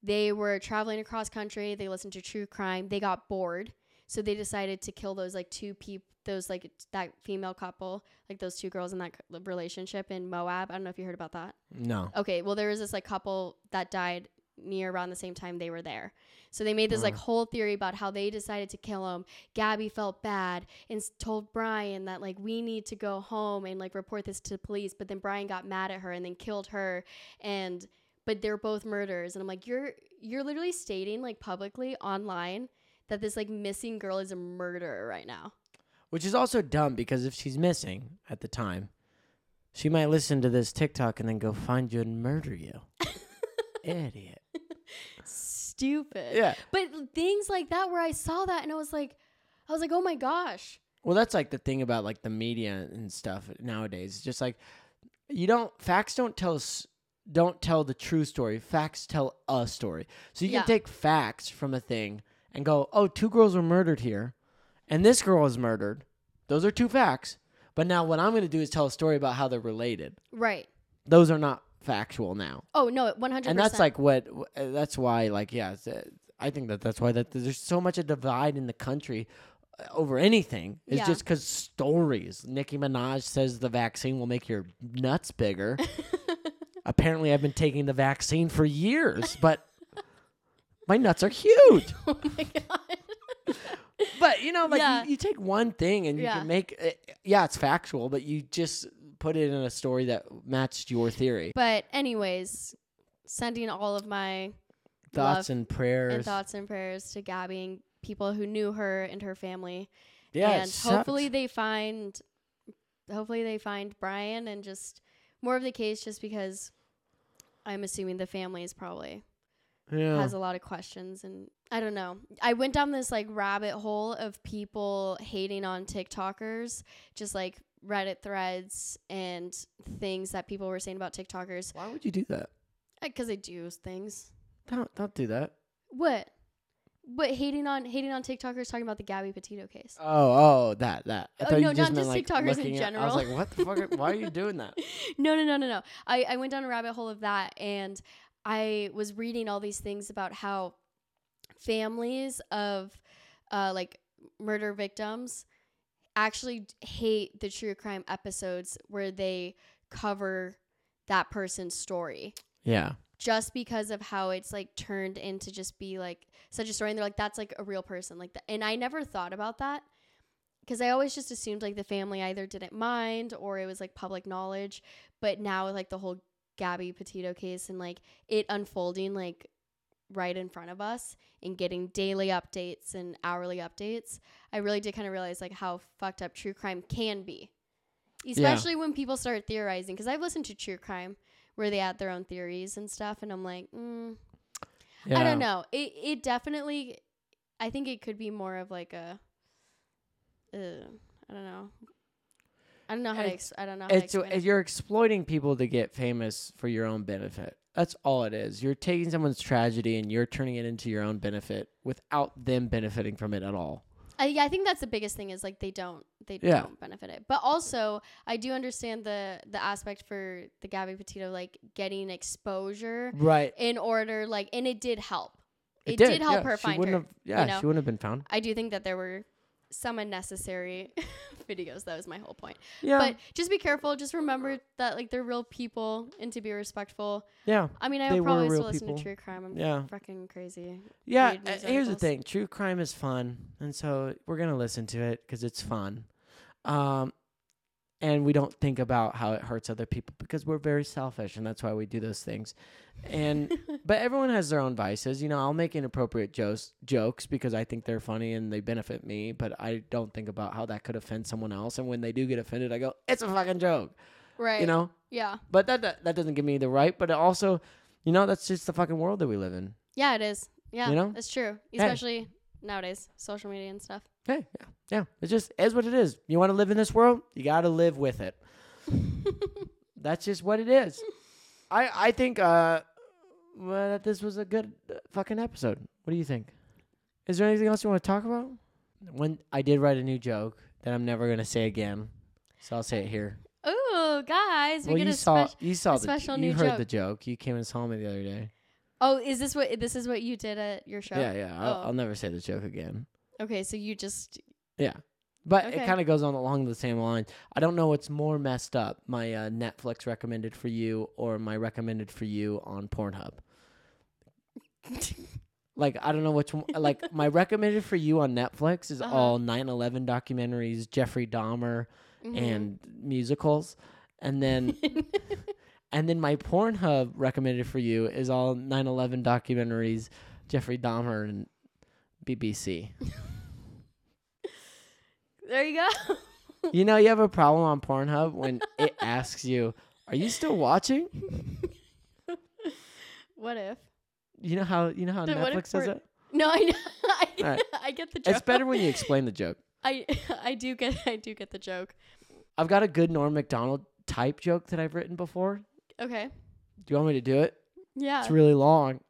[SPEAKER 2] they were traveling across country. They listened to true crime. They got bored, so they decided to kill those like two people, those like that female couple, like those two girls in that c- relationship in Moab. I don't know if you heard about that.
[SPEAKER 1] no.
[SPEAKER 2] Okay, well there was this like couple that died near around the same time they were there. So they made this like whole theory about how they decided to kill him. Gabby felt bad and s- told Brian that like we need to go home and like report this to the police, but then Brian got mad at her and then killed her and but they're both murderers and I'm like you're you're literally stating like publicly online that this like missing girl is a murderer right now.
[SPEAKER 1] Which is also dumb because if she's missing at the time, she might listen to this TikTok and then go find you and murder you. Idiot.
[SPEAKER 2] Stupid.
[SPEAKER 1] Yeah.
[SPEAKER 2] But things like that where I saw that and I was like I was like, "Oh my gosh."
[SPEAKER 1] Well, that's like the thing about like the media and stuff nowadays. It's just like you don't facts don't tell us don't tell the true story. Facts tell a story. So you
[SPEAKER 2] Yeah.
[SPEAKER 1] can take facts from a thing and go, "Oh, two girls were murdered here and this girl was murdered." Those are two facts. But now what I'm going to do is tell a story about how they're related.
[SPEAKER 2] Right.
[SPEAKER 1] Those are not factual now.
[SPEAKER 2] Oh no, one hundred.
[SPEAKER 1] and that's like what w- uh, that's why like yeah it's, uh, i think that that's why that there's so much a divide in the country uh, over anything it's
[SPEAKER 2] Yeah.
[SPEAKER 1] just because stories nicki minaj says the vaccine will make your nuts bigger apparently i've been taking the vaccine for years but my nuts are huge
[SPEAKER 2] oh my god.
[SPEAKER 1] but you know like
[SPEAKER 2] Yeah.
[SPEAKER 1] you, you take one thing and you
[SPEAKER 2] Yeah.
[SPEAKER 1] can make it, yeah it's factual but you just put it in a story that matched your theory
[SPEAKER 2] But anyways, sending all of my
[SPEAKER 1] thoughts
[SPEAKER 2] Love
[SPEAKER 1] and prayers
[SPEAKER 2] and thoughts and prayers to Gabby and people who knew her and her family.
[SPEAKER 1] yeah it
[SPEAKER 2] and
[SPEAKER 1] sucks.
[SPEAKER 2] hopefully they find hopefully they find Brian and just more of the case just because I'm assuming the family is probably
[SPEAKER 1] yeah.
[SPEAKER 2] has a lot of questions and I don't know. I went down this like rabbit hole of people hating on TikTokers, just like Reddit threads and things that people were saying about TikTokers
[SPEAKER 1] why would you do that
[SPEAKER 2] because they do things.
[SPEAKER 1] Don't don't do that.
[SPEAKER 2] What? But hating on hating on TikTokers talking about the Gabby Petito case.
[SPEAKER 1] Oh, oh, that that. I
[SPEAKER 2] Oh,
[SPEAKER 1] thought you
[SPEAKER 2] no,
[SPEAKER 1] just meant,
[SPEAKER 2] not just
[SPEAKER 1] like,
[SPEAKER 2] TikTokers in
[SPEAKER 1] looking at- I
[SPEAKER 2] general.
[SPEAKER 1] was like, what the fuck? Are, why are you doing that?
[SPEAKER 2] No, no, no, no, no. I, I went down a rabbit hole of that and I was reading all these things about how families of uh, like murder victims actually d- hate the true crime episodes where they cover that person's story
[SPEAKER 1] Yeah,
[SPEAKER 2] just because of how it's like turned into just be like such a story and they're like that's like a real person like that and i never thought about that because i always just assumed like the family either didn't mind or it was like public knowledge but now with like the whole gabby petito case and like it unfolding like right in front of us and getting daily updates and hourly updates i really did kind of realize like how fucked up true crime can be especially when people start theorizing because i've listened to true crime where they add their own theories and stuff and i'm like mm, i don't know it, it definitely i think it could be more of like a uh, i don't know i don't know how to
[SPEAKER 1] It's-
[SPEAKER 2] ex- i don't know how
[SPEAKER 1] It's
[SPEAKER 2] to explain it.
[SPEAKER 1] you're exploiting people to get famous for your own benefit. That's all it is. You're taking someone's tragedy and you're turning it into your own benefit without them benefiting from it at all.
[SPEAKER 2] I, yeah, I think that's the biggest thing is like they don't they
[SPEAKER 1] Yeah.
[SPEAKER 2] don't benefit it. But also, I do understand the the aspect for the Gabby Petito like getting exposure
[SPEAKER 1] Right.
[SPEAKER 2] in order like and it did help. It, did,
[SPEAKER 1] yeah.
[SPEAKER 2] help her
[SPEAKER 1] She
[SPEAKER 2] find her.
[SPEAKER 1] wouldn't Have, yeah,
[SPEAKER 2] know?
[SPEAKER 1] she wouldn't have been found.
[SPEAKER 2] I do think that there were some unnecessary videos. That was my whole point.
[SPEAKER 1] Yeah.
[SPEAKER 2] But just be careful. Just remember that like they're real people and to be respectful.
[SPEAKER 1] yeah.
[SPEAKER 2] I mean, I
[SPEAKER 1] They
[SPEAKER 2] would
[SPEAKER 1] were
[SPEAKER 2] probably
[SPEAKER 1] real
[SPEAKER 2] still listen
[SPEAKER 1] people.
[SPEAKER 2] to true crime. I'm
[SPEAKER 1] Yeah.
[SPEAKER 2] fucking crazy.
[SPEAKER 1] Yeah,
[SPEAKER 2] read
[SPEAKER 1] uh, here's
[SPEAKER 2] news
[SPEAKER 1] the
[SPEAKER 2] articles.
[SPEAKER 1] thing: true crime is fun, and so we're gonna listen to it because it's fun, um, and we don't think about how it hurts other people because we're very selfish, and that's why we do those things. And but everyone has their own vices, you know. I'll make inappropriate jokes jokes because I think they're funny and they benefit me, but I don't think about how that could offend someone else. And when they do get offended, I go, "It's a fucking joke,"
[SPEAKER 2] Right.
[SPEAKER 1] you know.
[SPEAKER 2] Yeah.
[SPEAKER 1] But that, that that doesn't give me the right. But it also, you know, that's just the fucking world that we live in.
[SPEAKER 2] Yeah, it is. Yeah.
[SPEAKER 1] You know?
[SPEAKER 2] It's true. Especially nowadays, social media and stuff.
[SPEAKER 1] Hey, yeah, yeah. It just is what it is. You want to live in this world, you got to live with it. That's just what it is. I I think uh, well, that this was a good uh, fucking episode. What do you think? Is there anything else you want to talk about? When I did write a new joke that I'm never gonna say again, so I'll say it here.
[SPEAKER 2] Oh, guys, we
[SPEAKER 1] well,
[SPEAKER 2] get
[SPEAKER 1] you
[SPEAKER 2] a
[SPEAKER 1] saw
[SPEAKER 2] special.
[SPEAKER 1] you saw
[SPEAKER 2] a
[SPEAKER 1] the
[SPEAKER 2] special
[SPEAKER 1] you
[SPEAKER 2] new
[SPEAKER 1] heard
[SPEAKER 2] joke.
[SPEAKER 1] the joke. You came and saw me the other day.
[SPEAKER 2] Oh, is this what this is what you did at your show?
[SPEAKER 1] Yeah, yeah. I'll,
[SPEAKER 2] Oh.
[SPEAKER 1] I'll never say the joke again.
[SPEAKER 2] Okay, so you just
[SPEAKER 1] Yeah. But it
[SPEAKER 2] Okay.
[SPEAKER 1] kind of goes on along the same line. I don't know what's more messed up, my uh, Netflix recommended for you or my recommended for you on Pornhub.
[SPEAKER 2] Mm-hmm.
[SPEAKER 1] like I don't know which one. Like my recommended for you on Netflix is
[SPEAKER 2] Uh-huh.
[SPEAKER 1] all 9/11 documentaries, Jeffrey Dahmer,
[SPEAKER 2] Mm-hmm.
[SPEAKER 1] and musicals, and then and then my Pornhub recommended for you is all 9/11 documentaries, Jeffrey Dahmer, and BBC.
[SPEAKER 2] there you go.
[SPEAKER 1] you know you have a problem on Pornhub when it asks you, "Are you still watching?"
[SPEAKER 2] what if?
[SPEAKER 1] You know how you know how
[SPEAKER 2] Then what if
[SPEAKER 1] Netflix does
[SPEAKER 2] porn-
[SPEAKER 1] it.
[SPEAKER 2] No, I know. I,
[SPEAKER 1] All right.
[SPEAKER 2] I get the joke.
[SPEAKER 1] It's better when you explain the joke.
[SPEAKER 2] I I do get I do get the joke.
[SPEAKER 1] I've got a good Norm Macdonald type joke that I've written before.
[SPEAKER 2] Okay.
[SPEAKER 1] Do you want me to do it?
[SPEAKER 2] Yeah.
[SPEAKER 1] It's really long.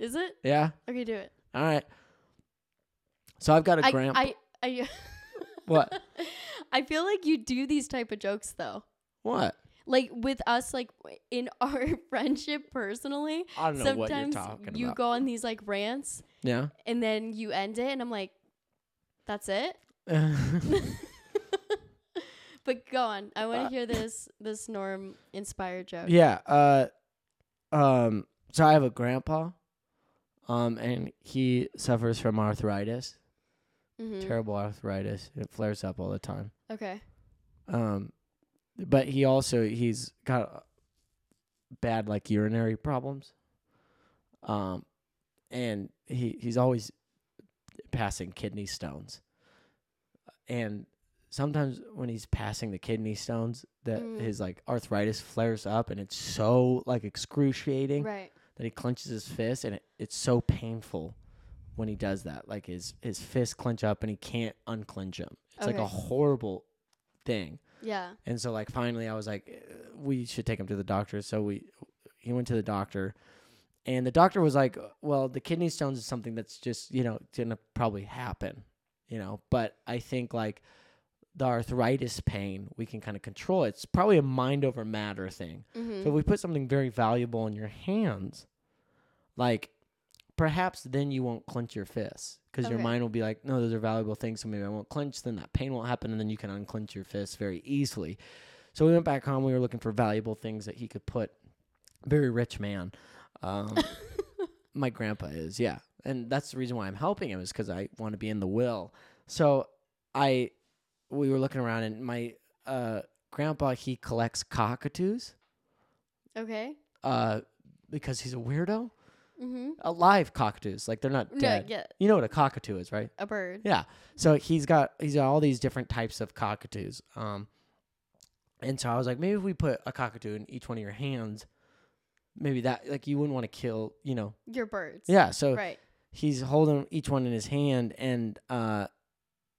[SPEAKER 2] Is it?
[SPEAKER 1] Yeah.
[SPEAKER 2] Okay, do it.
[SPEAKER 1] All right. So I've got a
[SPEAKER 2] I,
[SPEAKER 1] grandpa.
[SPEAKER 2] I I
[SPEAKER 1] what?
[SPEAKER 2] I feel like you do these type of jokes though.
[SPEAKER 1] What?
[SPEAKER 2] Like with us like in our friendship personally,
[SPEAKER 1] I don't know what you're
[SPEAKER 2] sometimes
[SPEAKER 1] talking
[SPEAKER 2] you
[SPEAKER 1] about.
[SPEAKER 2] go on these like rants
[SPEAKER 1] yeah.
[SPEAKER 2] and then you end it and I'm like that's it? but go on. I want to
[SPEAKER 1] Uh,
[SPEAKER 2] hear this this norm inspired joke.
[SPEAKER 1] yeah. Uh, um. So I have a grandpa, um, and he suffers from arthritis,
[SPEAKER 2] Mhm.
[SPEAKER 1] terrible arthritis. It flares up all the time.
[SPEAKER 2] Okay.
[SPEAKER 1] Um, but he also he's got uh, bad like urinary problems. Um, and he he's always passing kidney stones. And sometimes when he's passing the kidney stones, that
[SPEAKER 2] Mm.
[SPEAKER 1] his like arthritis flares up, and it's so like excruciating
[SPEAKER 2] Right.
[SPEAKER 1] that he clenches his fist, and it, it's so painful when he does that. Like his his fists clench up, and he can't unclench them. It's like a
[SPEAKER 2] Okay.
[SPEAKER 1] horrible thing.
[SPEAKER 2] Yeah.
[SPEAKER 1] And so like finally I was like "Uh, we should take him to the doctor. So we he went to the doctor and the doctor was like, "Well, the kidney stones is something that's just, you know, going to probably happen, you know, but I think like the arthritis pain we can kind of control. It's probably a mind over matter thing.
[SPEAKER 2] Mhm.
[SPEAKER 1] So if we put something very valuable in your hands, like perhaps then you won't clench your fists because your
[SPEAKER 2] Okay.
[SPEAKER 1] mind will be like, no, those are valuable things. So maybe I won't clench. Then that pain won't happen. And then you can unclench your fists very easily. So we went back home. We were looking for valuable things that he could put. Very rich man. Um, my grandpa is, yeah. And that's the reason why I'm helping him is because I want to be in the will. So I, we were looking around and my uh, grandpa, he collects cockatoos
[SPEAKER 2] okay.
[SPEAKER 1] uh, because he's a weirdo.
[SPEAKER 2] Mhm.
[SPEAKER 1] A live cockatoos, like they're not
[SPEAKER 2] No,
[SPEAKER 1] dead.
[SPEAKER 2] yeah,
[SPEAKER 1] You know what a cockatoo is, right?
[SPEAKER 2] a bird.
[SPEAKER 1] Yeah. So he's got he's got all these different types of cockatoos. Um, and so I was like, maybe if we put a cockatoo in each one of your hands, maybe that like you wouldn't want to kill, you know?
[SPEAKER 2] Your birds.
[SPEAKER 1] Yeah. So
[SPEAKER 2] Right.
[SPEAKER 1] he's holding each one in his hand, and uh,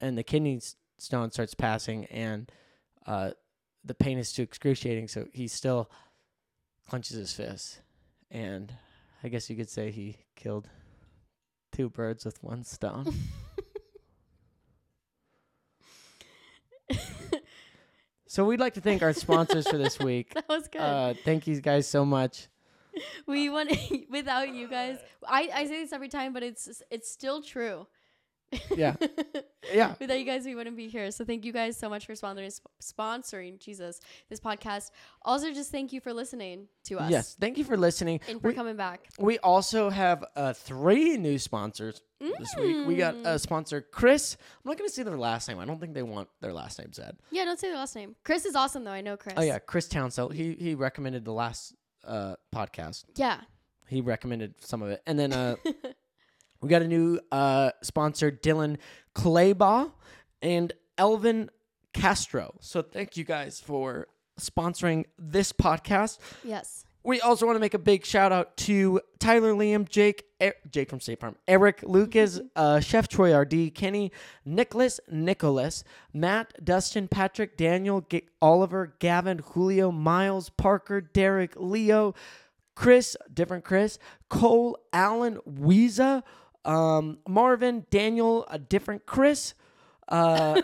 [SPEAKER 1] and the kidney s- stone starts passing, and uh, the pain is too excruciating, so he still clenches his fist, and I guess you could say he killed two birds with one stone. so we'd like to thank our sponsors for this week.
[SPEAKER 2] That was good.
[SPEAKER 1] Uh, thank you guys so much.
[SPEAKER 2] we want without you guys. I, I say this every time, but it's it's still true.
[SPEAKER 1] Yeah. Yeah.
[SPEAKER 2] without you guys, we wouldn't be here. So thank you guys so much for sponsoring sponsoring Jesus this podcast. Also, just thank you for listening to us.
[SPEAKER 1] Yes. Thank you for listening.
[SPEAKER 2] and for
[SPEAKER 1] We-
[SPEAKER 2] coming back.
[SPEAKER 1] We also have uh, three new sponsors this week. We got a sponsor, Chris. I'm not going to say their last name. I don't think they want their last name said.
[SPEAKER 2] Yeah, don't say the last name. Chris is awesome though. I know Chris.
[SPEAKER 1] Oh yeah, Chris Townsell. He he recommended the last uh, podcast.
[SPEAKER 2] Yeah.
[SPEAKER 1] He recommended some of it, and then uh, we got a new uh, sponsor, Dylan Claybaugh and Elvin Castro. So thank you guys for sponsoring this podcast.
[SPEAKER 2] Yes.
[SPEAKER 1] We also want to make a big shout out to Tyler, Liam, Jake, er- Jake from State Farm, Eric, Lucas, uh, Chef Troy RD, Kenny, Nicholas, Nicholas, Matt, Dustin, Patrick, Daniel, G- Oliver, Gavin, Julio, Miles, Parker, Derek, Leo, Chris, different Chris, Cole, Allen, Weeza, um, Marvin, Daniel, a different Chris, uh,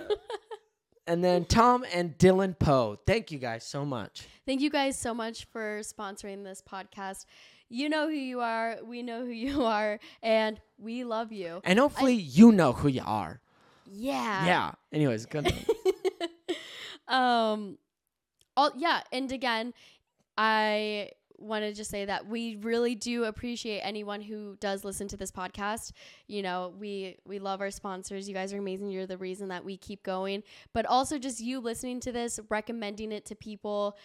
[SPEAKER 1] and then Tom and Dylan Poe. Thank you guys so much.
[SPEAKER 2] Thank you guys so much for sponsoring this podcast. You know who you are. We know who you are, and we love you.
[SPEAKER 1] And hopefully you know who you are.
[SPEAKER 2] Yeah.
[SPEAKER 1] yeah. Anyways, good.
[SPEAKER 2] um all yeah and again i want to just say that we really do appreciate anyone who does listen to this podcast. You know, we we love our sponsors. You guys are amazing. You're the reason that we keep going. But also just you listening to this, recommending it to people,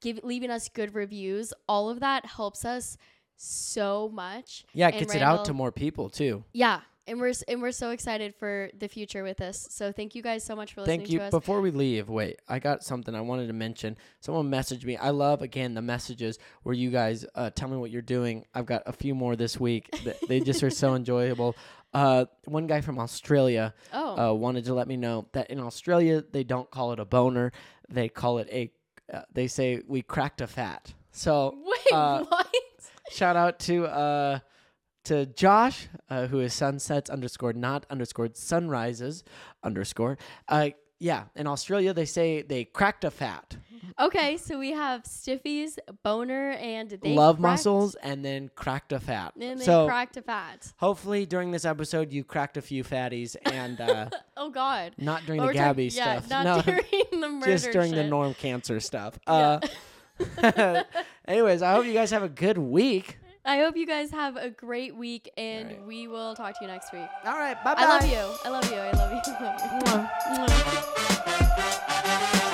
[SPEAKER 2] give, leaving us good reviews. All of that helps us so much.
[SPEAKER 1] Yeah, it
[SPEAKER 2] And
[SPEAKER 1] gets it
[SPEAKER 2] Randall-
[SPEAKER 1] out to more people too.
[SPEAKER 2] Yeah. And we're s- and we're so excited for the future with this. So thank you guys so much for listening
[SPEAKER 1] Thank you.
[SPEAKER 2] to us.
[SPEAKER 1] Before we leave, wait, I got something I wanted to mention. Someone messaged me. I love again the messages where you guys uh, tell me what you're doing. I've got a few more this week. Th- they just are so enjoyable. Uh, one guy from Australia
[SPEAKER 2] oh,
[SPEAKER 1] uh, wanted to let me know that in Australia they don't call it a boner. They call it a. Uh, they say we cracked a fat. So
[SPEAKER 2] wait,
[SPEAKER 1] uh,
[SPEAKER 2] what?
[SPEAKER 1] shout out to uh to Josh, uh, who is sunsets underscore not underscore sunrises underscore. Uh, yeah, in Australia they say they cracked a fat.
[SPEAKER 2] Okay, so we have Stiffies, Boner, and they
[SPEAKER 1] Love
[SPEAKER 2] cracked-
[SPEAKER 1] muscles and then cracked a fat.
[SPEAKER 2] And they
[SPEAKER 1] so
[SPEAKER 2] cracked a fat.
[SPEAKER 1] hopefully during this episode you cracked a few fatties and uh,
[SPEAKER 2] Oh God.
[SPEAKER 1] not during
[SPEAKER 2] Oh,
[SPEAKER 1] the
[SPEAKER 2] we're talking-
[SPEAKER 1] Gabby
[SPEAKER 2] yeah,
[SPEAKER 1] stuff.
[SPEAKER 2] Not
[SPEAKER 1] no,
[SPEAKER 2] during the murder.
[SPEAKER 1] just during the
[SPEAKER 2] shit.
[SPEAKER 1] norm cancer stuff.
[SPEAKER 2] Yeah.
[SPEAKER 1] Uh, anyways, I hope you guys have a good week.
[SPEAKER 2] I hope you guys have a great week, and
[SPEAKER 1] Alright.
[SPEAKER 2] we will talk to you next week.
[SPEAKER 1] All right, bye bye.
[SPEAKER 2] I love you. I love you. I love you. I love you.